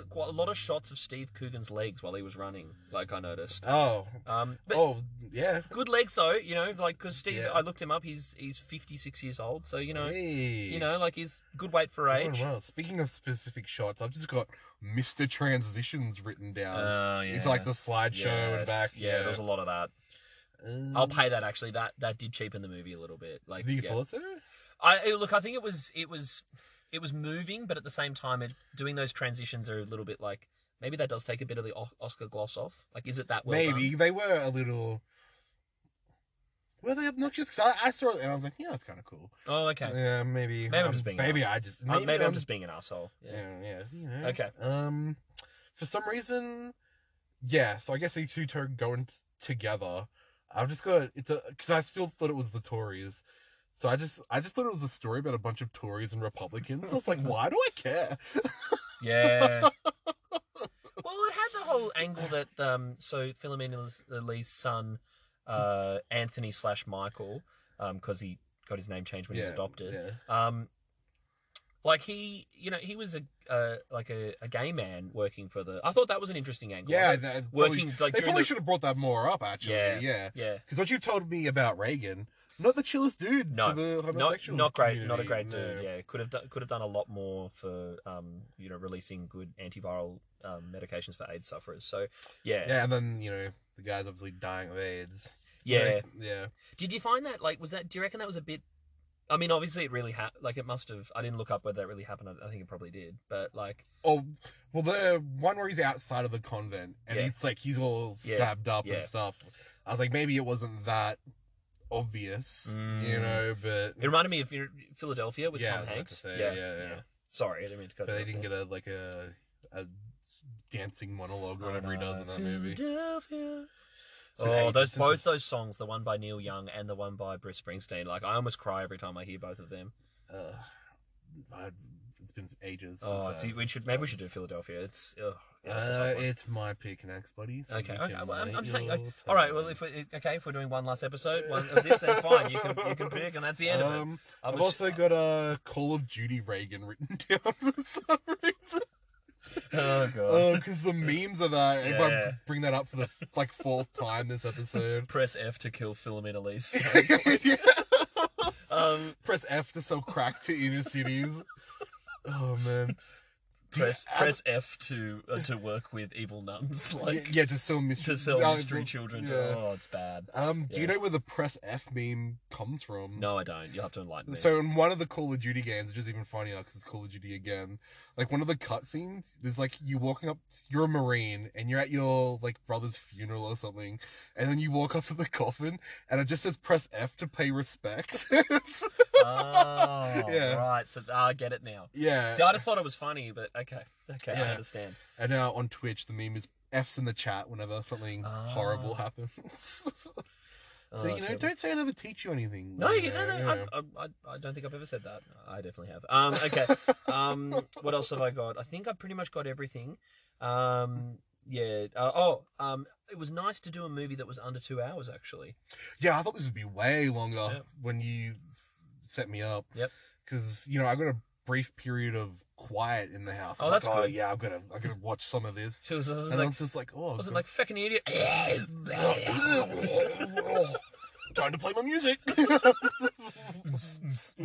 S1: quite a lot of shots of Steve Coogan's legs while he was running. Like I noticed.
S2: oh,
S1: Um, but
S2: oh yeah.
S1: Good legs though, you know, like because Steve,
S2: Yeah.
S1: I looked him up. He's he's fifty six years old, so you know,
S2: Hey.
S1: you know, like he's good weight for
S2: Doing
S1: age.
S2: well. Speaking of specific shots, I've just got Mr. Transitions written down.
S1: Oh
S2: Into like the slideshow
S1: Yes.
S2: and back.
S1: Yeah, there was a lot of that.
S2: Um,
S1: I'll pay that actually. That that did cheapen the movie a little bit. Like,
S2: Do you
S1: yeah.
S2: thought so?
S1: I eh, look. I think it was it was it was moving, but at the same time, it, doing those transitions are a little bit like maybe that does take a bit of the O- Oscar gloss off. Like, is it that well
S2: Maybe they were a little. Were they obnoxious? Because I, I saw it and I was like, yeah, that's kind of cool.
S1: done? Oh, okay.
S2: Yeah, maybe.
S1: Maybe I'm just being
S2: Maybe
S1: nice.
S2: I just.
S1: Uh, Maybe, I'm,
S2: I'm-
S1: just being an asshole. Yeah.
S2: Yeah, yeah. You know.
S1: Okay.
S2: Um, for some reason, yeah. So I guess these two are going t- together. I've just got it's a because I still thought it was the Tories. So I just I just thought it was a story about a bunch of Tories and Republicans. I was like, why do I care?
S1: Yeah. well, it had the whole angle that um, so Philomena Lee's son, uh, Anthony slash Michael, because he got his name changed when he was adopted.
S2: Yeah.
S1: Um, like he, you know, he was a uh, like a, a gay man working for the. I thought that was an interesting angle.
S2: Yeah,
S1: Like,
S2: that,
S1: working
S2: Probably,
S1: like
S2: they
S1: during
S2: probably
S1: the,
S2: should have brought that more up actually.
S1: Yeah.
S2: Yeah. Yeah.
S1: yeah,
S2: Because what you've told me about Reagan, not the chillest dude
S1: No,
S2: for the
S1: not
S2: homosexual
S1: not great, not a great
S2: community,
S1: dude.
S2: no.
S1: Yeah, could have done, could have done a lot more for um, you know, releasing good antiviral um, medications for AIDS sufferers. So yeah, yeah.
S2: Yeah, and then you know the guy's obviously dying of AIDS. Like, yeah.
S1: Did you find that like was that? Do you reckon that was a bit? I mean, obviously it really ha- like it must have. I didn't look up whether that really happened. I, I think it probably did, but like
S2: Oh, well, the one where he's outside of the convent and
S1: Yeah.
S2: it's like he's all
S1: Yeah,
S2: stabbed up
S1: yeah.
S2: and stuff. I was like, maybe it wasn't that obvious, you
S1: Mm.
S2: know, but,
S1: it reminded me of you know, Philadelphia with
S2: Yeah, I
S1: Tom
S2: was about
S1: Hanks.
S2: to say, yeah, yeah.
S1: Sorry, I didn't mean to cut.
S2: but
S1: you
S2: they
S1: off
S2: didn't
S1: there.
S2: get a like a a dancing monologue or
S1: I
S2: whatever he
S1: know.
S2: does in that movie.
S1: Philadelphia.
S2: It's been
S1: Oh,
S2: ages
S1: those
S2: since
S1: both
S2: I've-
S1: those songs, the one by Neil Young and the one by Bruce Springsteen. Like I almost cry every time I hear both of them.
S2: Uh, I- it's been ages.
S1: Oh,
S2: since
S1: see,
S2: I've-
S1: we should maybe we should do Philadelphia. It's oh, yeah, it's a
S2: Uh,
S1: tough one.
S2: it's my pick next, buddy. so
S1: Okay,
S2: you
S1: okay.
S2: can
S1: Well, I'm,
S2: make
S1: I'm just saying.
S2: your
S1: Like, all right. Well,
S2: time.
S1: if we, okay, if we're doing one last episode one of this, then fine. You can you can pick, and that's the end of it.
S2: Um, I've also got a Call of Duty Reagan written down for some reason.
S1: Oh god.
S2: because the memes of that. If I
S1: Yeah.
S2: bring that up for the like fourth time this episode.
S1: Press F to kill Philomena Lee's son.
S2: Yeah.
S1: um,
S2: Press F to sell crack to inner cities. Oh man.
S1: press
S2: Yeah,
S1: press F to uh, to work with evil nuns,
S2: yeah,
S1: like
S2: yeah, to sell mystery
S1: to sell
S2: uh,
S1: mystery
S2: just-
S1: children.
S2: yeah.
S1: Oh, it's bad.
S2: Um, do you
S1: Yeah.
S2: know where the press F meme comes from?
S1: No, I don't. You'll have to enlighten me.
S2: So in one of the Call of Duty games, which is even funnier because it's Call of Duty again, like one of the cutscenes, there's like you walking up, you're a Marine and you're at your like brother's funeral or something, and then you walk up to the coffin and it just says press F to pay respects. It's-
S1: oh,
S2: Yeah.
S1: right. So ah, I get it now.
S2: yeah.
S1: See, I just thought it was funny, but okay, okay, I
S2: Yeah.
S1: understand.
S2: And now on Twitch, the meme is F's in the chat whenever something
S1: Ah.
S2: horrible happens. so
S1: Oh,
S2: you know,
S1: terrible.
S2: don't say I never teach you anything.
S1: No,
S2: you
S1: you, no,
S2: know,
S1: no.
S2: you know.
S1: I've, I, I- I don't think I've ever said that. I definitely have. Um, okay. Um, what else have I got? I think I pretty much got everything. Um, yeah. Uh, oh, um, it was nice to do a movie that was under two hours, actually.
S2: Yeah, I thought this would be way longer
S1: Yeah.
S2: when you set me up.
S1: Yep.
S2: Because you know I got a brief period of quiet in the house. I
S1: Oh,
S2: was
S1: that's
S2: like, Oh
S1: good.
S2: yeah, I'm gonna I'm gonna watch some of this.
S1: So it was, it was
S2: and I
S1: like,
S2: was just like, oh,
S1: was it
S2: good. Oh,
S1: like fucking idiot?
S2: time to play my music.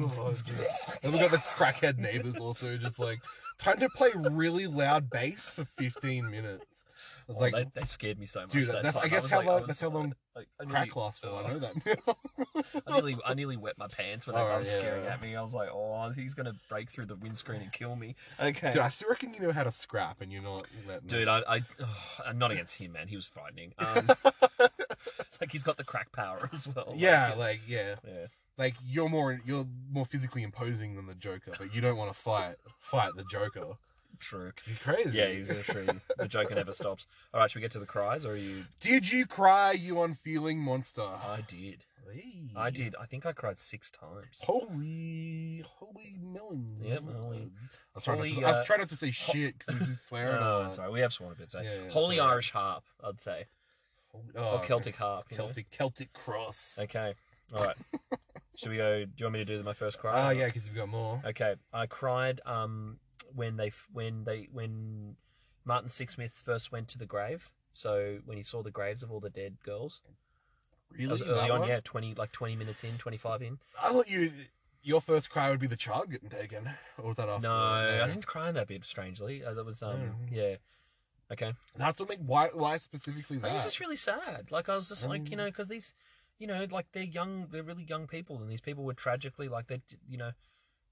S2: Oh, dear. and we got the crackhead neighbors also just like time to play really loud bass for 15 minutes. I was
S1: Oh,
S2: like,
S1: they, they scared me so much.
S2: Dude,
S1: that
S2: that's- I
S1: time.
S2: guess
S1: was
S2: how
S1: like- I
S2: long-
S1: was-
S2: that's how long
S1: I- I uh, nearly-
S2: crack lasts for. I know that. now.
S1: I nearly, I nearly wet my pants when that
S2: Oh,
S1: guy was
S2: yeah.
S1: staring at me. I was like, oh, he's gonna break through the windscreen and kill me. Okay.
S2: Dude, I still reckon you know how to scrap, and you're not letting.
S1: Dude,
S2: us-
S1: I, I ugh, I'm not against him, man. He was frightening. Um, like he's got the crack power as well. like,
S2: yeah, like yeah,
S1: yeah.
S2: like you're more you're more physically imposing than the Joker, but you don't want to fight fight the Joker.
S1: True.
S2: 'Cause He's crazy.
S1: Yeah, he's literally the Joker never stops. All right, should we get to the cries, or are you?
S2: Did you cry, you unfeeling monster?
S1: I did.
S2: Hey.
S1: I did. I think I cried six times.
S2: Holy, holy melons.
S1: Yep, holy-
S2: I was, trying not
S1: holy,
S2: to, I was
S1: uh,
S2: trying not to say shit because we were just swearing.
S1: Oh,
S2: a lot.
S1: sorry, we have sworn a bit. So.
S2: Yeah,
S1: Holy
S2: yeah, that's all right.
S1: Irish harp, I'd say,
S2: Holy-
S1: or
S2: oh,
S1: Celtic harp. you know?
S2: Celtic, Celtic cross.
S1: Okay. All right. should we go? Do you want me to do my first cry?
S2: Ah,
S1: Or-
S2: yeah, because you've got more.
S1: Okay, I cried um when they when they when Martin Sixsmith first went to the grave. So when he saw the graves of all the dead girls,
S2: Really?
S1: That was
S2: That
S1: early on,
S2: one?
S1: yeah, twenty like twenty minutes in, twenty five in.
S2: I thought you your first cry would be the child getting taken, or was that after?
S1: no, I didn't cry in that bit. Strangely, uh, that was um,
S2: Mm.
S1: yeah, okay.
S2: That's what make why why specifically
S1: I
S2: that.
S1: think it's just really sad. Like I was just
S2: I
S1: like, you
S2: mean-
S1: know, because these, you know, like they're young, they're really young people, and these people were tragically like they, you know,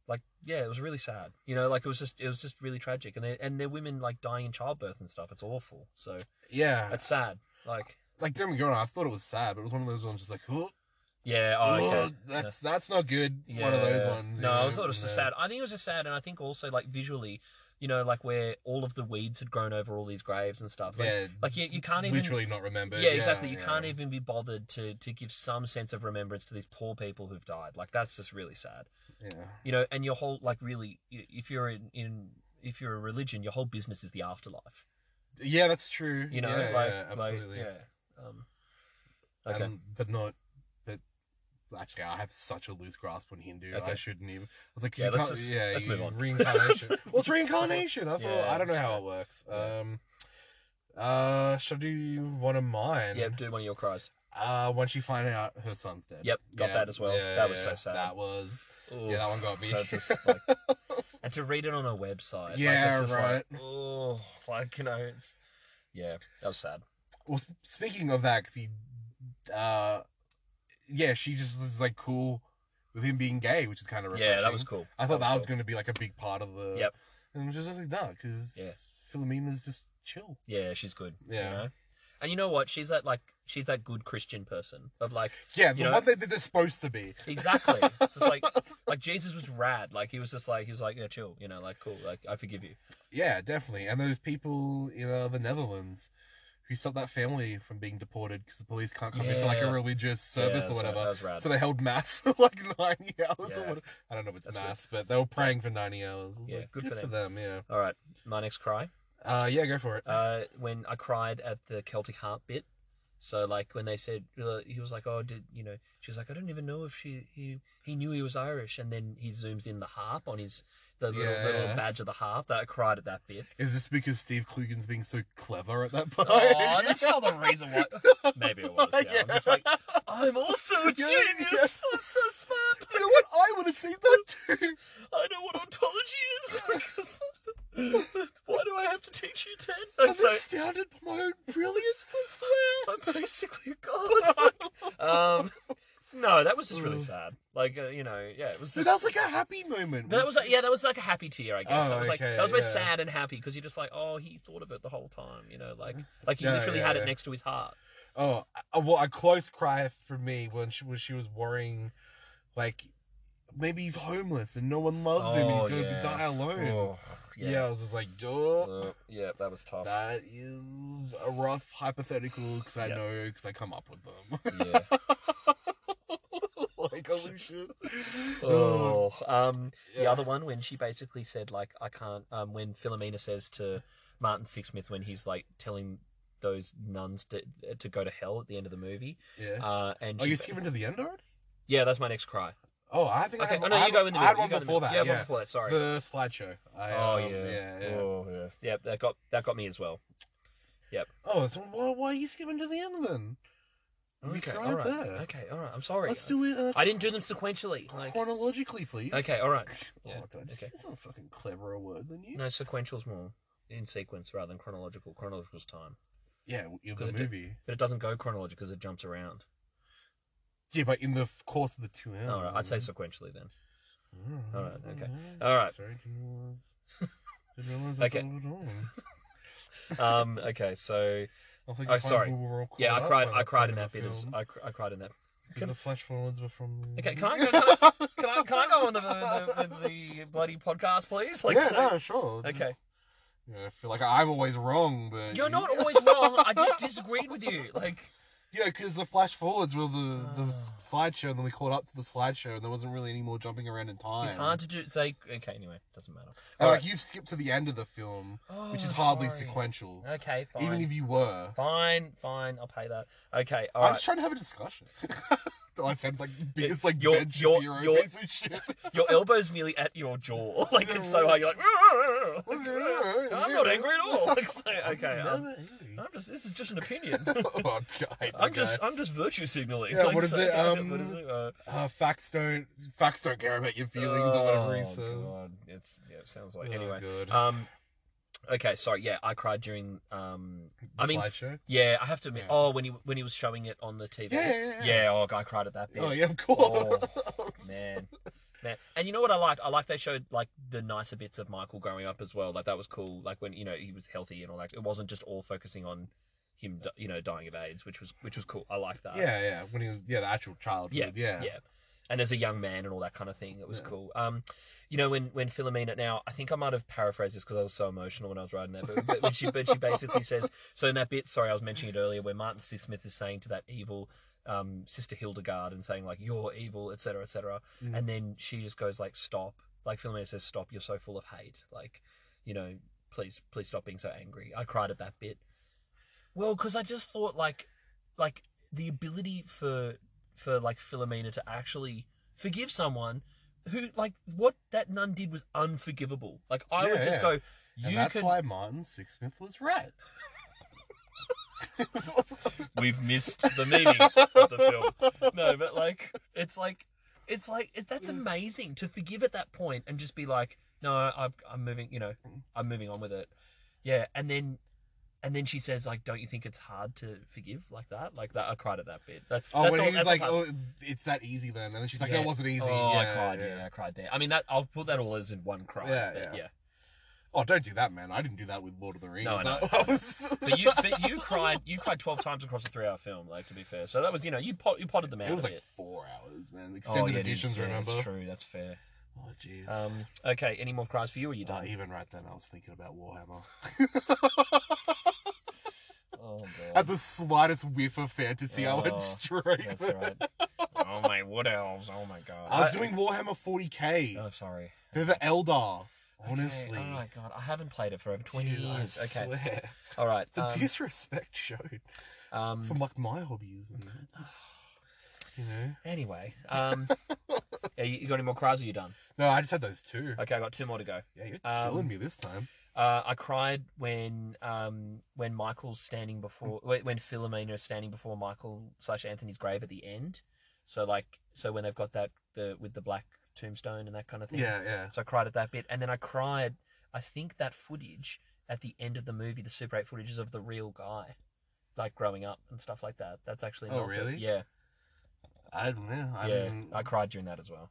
S1: like yeah, it was really sad. You know, like it was just it was just really tragic, and they and they're women like dying in childbirth and stuff. It's awful. So
S2: yeah,
S1: it's sad. Like
S2: like don't get me wrong, I thought it was sad, but it was one of those ones just like, oh,
S1: yeah, oh,
S2: oh,
S1: okay,
S2: that's that's not good. One of those
S1: Yeah.
S2: ones. you
S1: No, I
S2: know,
S1: was sort of just
S2: yeah.
S1: sad. I think it was just sad, and I think also like visually, you know, like where all of the weeds had grown over all these graves and stuff. Like,
S2: Yeah,
S1: like you, you can't even
S2: literally not remembered.
S1: yeah, exactly. You
S2: yeah.
S1: can't even be bothered to to give some sense of remembrance to these poor people who've died. Like that's just really sad,
S2: Yeah.
S1: you know. And your whole like really, i- if you're in, in if you're a religion, your whole business is the afterlife.
S2: Yeah, that's true.
S1: You know,
S2: yeah,
S1: like
S2: yeah,
S1: like
S2: absolutely.
S1: yeah. Um, okay,
S2: Um, but not. But actually, I have such a loose grasp on Hindu. I
S1: Okay.
S2: shouldn't even. I was like,
S1: Yeah,
S2: you
S1: let's
S2: can't.
S1: just-
S2: yeah,
S1: let's
S2: you,
S1: move on.
S2: reincarnation. well, it's reincarnation. I thought.
S1: Yeah,
S2: I don't know
S1: that's
S2: how
S1: true.
S2: it works.
S1: Yeah.
S2: Um, uh, should I do one of mine?
S1: yeah. Do one of your cries.
S2: Uh, when she find out her son's dead.
S1: Yep, got that as well. That was so sad.
S2: That was.
S1: Ooh,
S2: Yeah, that one got me.
S1: that's just like, and to read it on a website. like,
S2: Yeah,
S1: that's just like, oh, like you know, it's, yeah, that was sad.
S2: Well, sp- speaking of that, 'cause he, uh, yeah, she just was like cool with him being gay, which is kind of refreshing.
S1: Yeah, that was cool.
S2: I thought that was
S1: cool.
S2: going to be like a big part of the.
S1: Yep.
S2: And just like that, because
S1: Yeah.
S2: Philomena's just chill.
S1: Yeah, she's good.
S2: Yeah.
S1: You know? And you know what? She's that like she's that good Christian person of like
S2: Yeah, the
S1: You know-
S2: one that they're supposed to be.
S1: exactly. it's just like like Jesus was rad. Like he was just like he was like yeah, chill. You know, like cool. Like I forgive you.
S2: Yeah, definitely. And those people in uh, the Netherlands who stopped that family from being deported because the police can't come in for like a
S1: Yeah.
S2: religious
S1: Yeah,
S2: service or
S1: that's right.
S2: whatever.
S1: That was rad.
S2: So they held mass for like 90 hours
S1: Yeah.
S2: or whatever. I don't know if it's
S1: That's good.
S2: mass, but they were praying for 90 hours. It was,
S1: Yeah,
S2: like,
S1: good
S2: good,
S1: for
S2: for them. yeah.
S1: All right, my next cry.
S2: Uh, yeah, go for it.
S1: Uh, when I cried at the Celtic Heart bit. So like when they said uh, he was like oh did you know she was like I don't even know if she he he knew he was Irish and then he zooms in the harp on his the little, little
S2: Yeah.
S1: badge of the harp that I cried at that bit
S2: Is this because Steve Klugen's being so clever at that part?
S1: Oh, that's not the reason why. Maybe it was. Yeah. I'm just like, I'm also a
S2: Yeah,
S1: genius.
S2: yes.
S1: I'm so smart.
S2: you know what? I would have seen that too.
S1: I know what ontology is. why do I have to teach you ten?
S2: I'm
S1: I'm, so,
S2: astounded by my own brilliance, I swear.
S1: I'm basically a god. um, no, that was just really
S2: Ugh.
S1: sad. Like uh, you know, yeah, it was.
S2: So
S1: Just,
S2: that was like a happy moment.
S1: that was like, yeah, that was like a happy tear, I guess.
S2: Oh,
S1: that was like
S2: okay,
S1: that was both
S2: yeah.
S1: sad and happy because you're just like, oh, he thought of it the whole time, you know, like like he
S2: Yeah,
S1: literally
S2: yeah,
S1: had
S2: yeah.
S1: it next to his heart.
S2: Oh, uh, well, a close cry for me when she, when she was worrying, like, maybe he's homeless and no one loves him and
S1: Oh,
S2: he's going to
S1: yeah. Oh,
S2: die alone. Oh, yeah. I was just like, duh.
S1: Uh, yeah, that was tough.
S2: That is a rough hypothetical because I
S1: Yeah.
S2: know because I come up with them.
S1: yeah.
S2: like, holy shit.
S1: Oh, um, the
S2: Yeah.
S1: other one when she basically said like I can't. Um, when Philomena says to Martin Sixsmith when he's like telling those nuns to to go to hell at the end of the movie,
S2: Yeah.
S1: uh, and
S2: Are
S1: she,
S2: you skipping to the end already?
S1: yeah, that's my next cry.
S2: Oh, I think I
S1: Okay,
S2: have,
S1: oh no,
S2: I
S1: you
S2: have-
S1: go in the middle.
S2: I had
S1: you
S2: one
S1: go in the
S2: before
S1: middle.
S2: that.
S1: Yeah,
S2: Yeah,
S1: one before that. Sorry.
S2: the slideshow. I,
S1: oh
S2: um,
S1: yeah.
S2: yeah, yeah. Oh,
S1: Oh yeah. Yeah, that got that got me as well.
S2: so Oh, why, why are you skipping to the end then? We
S1: Okay,
S2: tried
S1: all right.
S2: that.
S1: Okay, all right. I'm sorry.
S2: Let's do it uh,
S1: I didn't do them sequentially. Like,
S2: chronologically, please.
S1: okay, all right.
S2: Oh,
S1: Yeah,
S2: God,
S1: okay.
S2: It's not a fucking cleverer word than you.
S1: No, sequential's more in sequence rather than chronological. Chronological's time.
S2: Yeah, w- in
S1: 'Cause
S2: the
S1: it did-
S2: movie.
S1: But it doesn't go chronological because it jumps around.
S2: Yeah, but in the f- course of the two hours.
S1: All right, I'd say
S2: mm-hmm.
S1: sequentially then.
S2: Alright,
S1: All right, okay.
S2: alright.
S1: All right.
S2: Sorry, didn't realize. Didn't realize that's
S1: Okay.
S2: all at all.
S1: Um, okay, so
S2: I think
S1: Oh,
S2: I find
S1: sorry.
S2: we were all
S1: yeah, I
S2: caught up
S1: cried.
S2: by
S1: I cried in
S2: point
S1: that bit. As,
S2: film,
S1: I, cr- I cried in that.
S2: 'cause the flash forwards were from.
S1: Okay, can I go? Can I, can I, can I go on the, the, the, the bloody podcast, please? Like,
S2: yeah,
S1: so,
S2: no, sure. Just-
S1: okay,
S2: Yeah, I feel like I'm always wrong, but
S1: you're not always wrong. I just disagreed with you. Like,
S2: Yeah, because the flash forwards were the the
S1: Ah.
S2: slideshow, and then we caught up to the slideshow, and there wasn't really any more jumping around in time.
S1: it's hard to do. It's like okay, anyway, doesn't matter.
S2: And,
S1: All
S2: like
S1: right.
S2: you've skipped to the end of the film,
S1: Oh,
S2: which is
S1: I'm
S2: hardly
S1: sorry.
S2: sequential,
S1: Okay, fine.
S2: even if you were.
S1: fine, fine, I'll pay that. Okay, all
S2: I'm
S1: right.
S2: just trying to have a discussion. I sound like the biggest like
S1: Your-
S2: Ben
S1: your-
S2: Shapiro
S1: your-
S2: piece of shit.
S1: Your elbow's nearly at your jaw. Like it's so hard. You're like, I'm not angry at all. Like, so, okay,
S2: No,
S1: um,
S2: no, no.
S1: I'm just. This is just an opinion.
S2: oh God, I hate that
S1: I'm
S2: guy.
S1: just. I'm just virtue signaling.
S2: Yeah,
S1: Like,
S2: what is
S1: so-
S2: it, um,
S1: what is it? Uh,
S2: uh, facts don't facts don't care about your feelings or whatever he
S1: oh,
S2: says.
S1: God. It's yeah. It sounds like
S2: Oh,
S1: anyway.
S2: good.
S1: Um. Okay. Sorry. Yeah, I cried during. Um. I mean,
S2: slideshow.
S1: Yeah, I have to admit.
S2: Yeah.
S1: Oh, when he when he was showing it on the TV.
S2: Yeah, yeah, yeah.
S1: oh, I cried at that bit.
S2: Oh yeah, of course.
S1: man, man. And you know what I liked? I liked they showed like the nicer bits of Michael growing up as well. Like that was cool. Like when you know he was healthy and all that. It wasn't just all focusing on him, di- you know, dying of AIDS, which was which was cool. I liked that.
S2: Yeah, yeah. When he was yeah, the actual
S1: Yeah,
S2: childhood.
S1: yeah,
S2: Yeah.
S1: And as a young man and all that kind of thing, it was
S2: Yeah.
S1: cool. Um, you know, when when Philomena now, I think I might have paraphrased this because I was so emotional when I was writing that. But, but when she but she basically says, so in that bit, sorry, I was mentioning it earlier, where Martin C. Smith is saying to that evil um, sister Hildegard and saying like you're evil, etc., etc.
S2: Mm.
S1: And then she just goes like, stop. Like Philomena says, stop. You're so full of hate. Like, you know, please please stop being so angry. I cried at that bit. Well, because I just thought like like the ability for for like Philomena to actually forgive someone who like what that nun did was unforgivable. Like I would
S2: Yeah,
S1: just
S2: yeah.
S1: go,
S2: And
S1: you
S2: that's
S1: can.
S2: why Martin Sixsmith was right.
S1: We've missed the meaning of the film. No, but like it's like it's like it, that's amazing to forgive at that point and just be like, no, I'm I'm moving. You know, I'm moving on with it. Yeah, and then. And then she says, "Like, don't you think it's hard to forgive like that? Like that? I cried at that bit. That,
S2: Oh,
S1: that's
S2: when
S1: all-
S2: he
S1: that's
S2: was
S1: the
S2: like,
S1: part-
S2: "Oh, it's that easy then," and then she's like,
S1: Yeah.
S2: "That wasn't easy."
S1: Oh,
S2: yeah,
S1: I cried.
S2: yeah.
S1: Yeah. I cried there. I mean, that I'll put that all as in one cry.
S2: Yeah,
S1: but
S2: yeah.
S1: yeah.
S2: Oh, don't do that, man. I didn't do that with Lord of the Rings.
S1: No, I know.
S2: That- that was-
S1: But you, but you cried. You cried twelve times across a three-hour film. Like to be fair, so that was you know you pot, you potted them out
S2: it was
S1: a
S2: like
S1: bit.
S2: four hours, man. Extended
S1: Oh, yeah, it
S2: editions,
S1: is, yeah,
S2: remember?
S1: That's true. That's fair.
S2: Oh, jeez.
S1: Um, okay. Any more cries for you? Or are you
S2: Oh,
S1: done?
S2: even right then, I was thinking about Warhammer.
S1: Oh
S2: At
S1: god.
S2: the slightest whiff of fantasy, I
S1: Oh,
S2: went straight.
S1: That's
S2: there.
S1: right. Oh my wood elves. Oh my god.
S2: I was doing Warhammer 40k.
S1: Oh, sorry.
S2: They're the Eldar.
S1: Okay,
S2: Honestly.
S1: oh my god. I haven't played it for over twenty
S2: Dude, I
S1: years. Okay.
S2: swear.
S1: All right.
S2: The
S1: um,
S2: disrespect showed
S1: um,
S2: from like my hobbies. And, you know.
S1: Anyway. Um, yeah, you, you got any more cries? Or you done?
S2: No, I just had those two.
S1: Okay. I got two more to go.
S2: Yeah, you're
S1: Um,
S2: killing me this time.
S1: Uh, I cried when um, when Michael's standing before when when Philomena is standing before Michael slash Anthony's grave at the end. So like so when they've got that the with the black tombstone and that kind of thing.
S2: Yeah, yeah.
S1: So I cried at that bit, and then I cried. I think that footage at the end of the movie, the Super Eight footage, is of the real guy, like growing up and stuff like that. That's actually
S2: Oh,
S1: not the-
S2: really?
S1: yeah
S2: I don't know. I
S1: yeah.
S2: mean,
S1: I cried during that as well.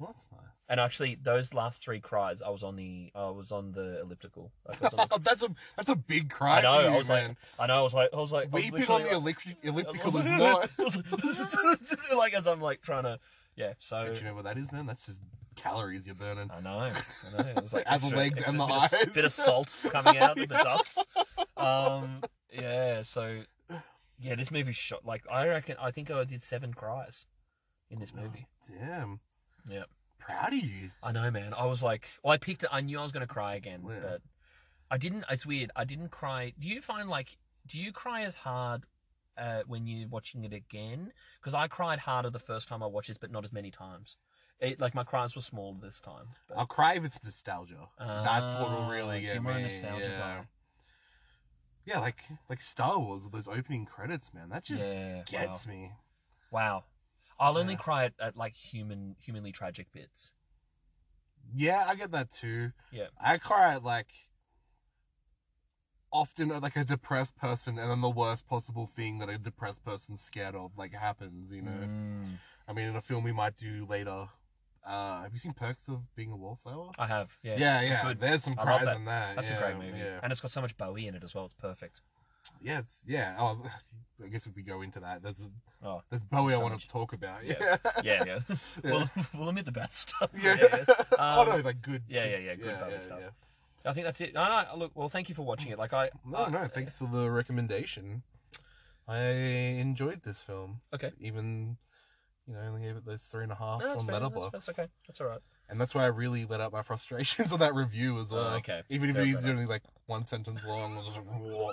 S2: well, that's nice.
S1: And actually, those last three cries, I was on the I was on the elliptical. Like, I was on the
S2: that's a that's a big cry.
S1: I know.
S2: for you,
S1: I was
S2: man.
S1: like, I know. I was like, I was like, I was
S2: weeping
S1: literally
S2: on the electric,
S1: like-
S2: elliptical is
S1: I
S2: not.
S1: was like- I was like- like as I'm like trying to, yeah. So
S2: Do you know what that is, man? That's just calories you're burning.
S1: I know, I know. It was like
S2: As the
S1: extra-
S2: legs
S1: extra
S2: and the
S1: bit of,
S2: eyes.
S1: bit of salt coming out of the ducts. Um, yeah. So yeah, this movie shot like I reckon. I think I did seven cries in this movie.
S2: Damn.
S1: Yeah.
S2: Proud of you.
S1: I know, man. I was like, well, I picked it. I knew I was going to cry again,
S2: Yeah.
S1: but I didn't. It's weird. I didn't cry. Do you find like, do you cry as hard uh, when you're watching it again? Because I cried harder the first time I watched this, but not as many times. It, like my cries were smaller this time. but-
S2: I'll cry if it's nostalgia. That's what will
S1: Ah,
S2: really
S1: so
S2: get
S1: you're more
S2: me.
S1: a nostalgia
S2: yeah.
S1: guy.
S2: yeah, like like Star Wars with those opening credits, man. That just
S1: yeah.
S2: gets me.
S1: wow. wow. I'll only
S2: Yeah.
S1: cry at, at like human, humanly tragic bits.
S2: Yeah, I get that too.
S1: Yeah.
S2: I cry at like often at, like a depressed person, and then the worst possible thing that a depressed person's scared of like happens. You know,
S1: Mm,
S2: I mean, in a film we might do later. Uh, have you seen Perks of Being a Wallflower?
S1: I have. Yeah.
S2: Yeah, yeah.
S1: It's good.
S2: There's some
S1: I love
S2: cries
S1: that.
S2: in that.
S1: That's
S2: yeah,
S1: a great movie,
S2: Yeah.
S1: and it's got so much Bowie in it as well. It's perfect.
S2: Yeah, it's yeah. Oh, I guess if we go into that, there's
S1: Oh.
S2: there's Bowie I
S1: So
S2: want
S1: much.
S2: to talk about.
S1: Yeah.
S2: Yeah,
S1: Yeah, yeah.
S2: Yeah.
S1: We'll, we'll admit the bad stuff.
S2: yeah. oh
S1: Um,
S2: no, like good.
S1: yeah, yeah, yeah, good Bowie
S2: yeah,
S1: stuff.
S2: yeah.
S1: I think that's it. No, no, look, well, thank you for watching it. Like I,
S2: No,
S1: I-
S2: no, thanks for the recommendation. I enjoyed this film.
S1: Okay.
S2: Even, you know, I only gave it those three and a half
S1: No, that's
S2: on
S1: fair. That's-
S2: Letterboxd.
S1: That's, okay. That's all right.
S2: And that's why I really let out my frustrations on that review as well.
S1: Oh, okay.
S2: Even if
S1: Fair
S2: it is
S1: enough.
S2: only like one sentence long, I was just like, whoa,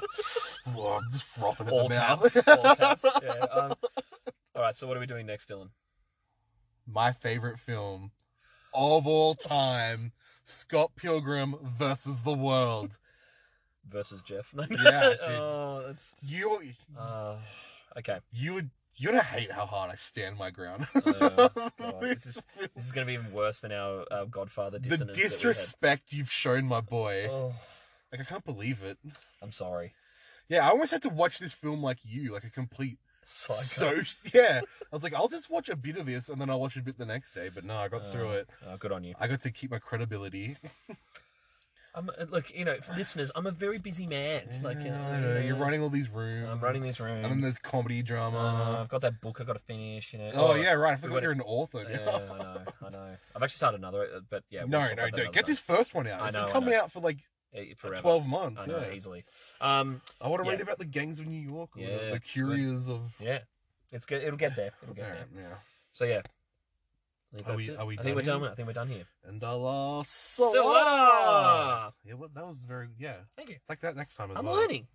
S2: whoa, I'm just frothing at
S1: All
S2: the
S1: caps.
S2: mouth.
S1: all caps. Yeah. Um, all right. right, so what are we doing next, Dylan?
S2: My favorite film of all time Scott Pilgrim versus the world.
S1: Versus Jeff. No.
S2: Yeah, dude.
S1: oh, that's.
S2: You
S1: Uh, okay.
S2: you would you're gonna hate how hard I stand my ground.
S1: Oh, God. This is-
S2: This
S1: This is going to be even worse than our, our Godfather
S2: the
S1: dissonance.
S2: disrespect you've shown my
S1: That we
S2: boy.
S1: had. Oh,
S2: Like I can't believe it.
S1: I'm sorry.
S2: Yeah, I almost had to watch this film like you, like a complete
S1: Psycho.
S2: so yeah. I was like, I'll just watch a bit of this and then I'll watch a bit the next day. But no, I got through
S1: Oh,
S2: it.
S1: oh, good on you.
S2: I got to keep my credibility.
S1: I'm, uh, look, you know, for listeners, I'm a very busy man. Like, uh,
S2: I know,
S1: you
S2: you're
S1: know,
S2: running all these rooms.
S1: I'm running these rooms.
S2: And then there's comedy
S1: Uh,
S2: drama.
S1: I've got that book I've got to finish. You know.
S2: oh, yeah, right. I forgot
S1: would've-
S2: you're an author.
S1: Yeah,
S2: now.
S1: I know. I know. I've actually started another, uh, but yeah. we'll
S2: no,
S1: talk
S2: no,
S1: about that
S2: no.
S1: another
S2: Get
S1: time.
S2: this first one out.
S1: I
S2: It's
S1: know,
S2: been
S1: I
S2: coming
S1: know.
S2: out for like
S1: Eh, forever.
S2: twelve months.
S1: I know
S2: Yeah.
S1: easily. Um,
S2: I want to read
S1: Yeah.
S2: about the gangs of New York. Or
S1: Yeah,
S2: the- the
S1: it's good.
S2: curious of.
S1: yeah, it's good. It'll get there. It'll get
S2: Alright,
S1: there.
S2: yeah.
S1: So yeah. I think
S2: Are
S1: that's
S2: we-
S1: it.
S2: are we
S1: I think we're
S2: done
S1: done.
S2: here?
S1: I think we're done here.
S2: And I lost.
S1: So,
S2: Solana!
S1: ah,
S2: Yeah, well, that was very yeah.
S1: Thank you.
S2: Like that next time as
S1: I'm
S2: well.
S1: learning.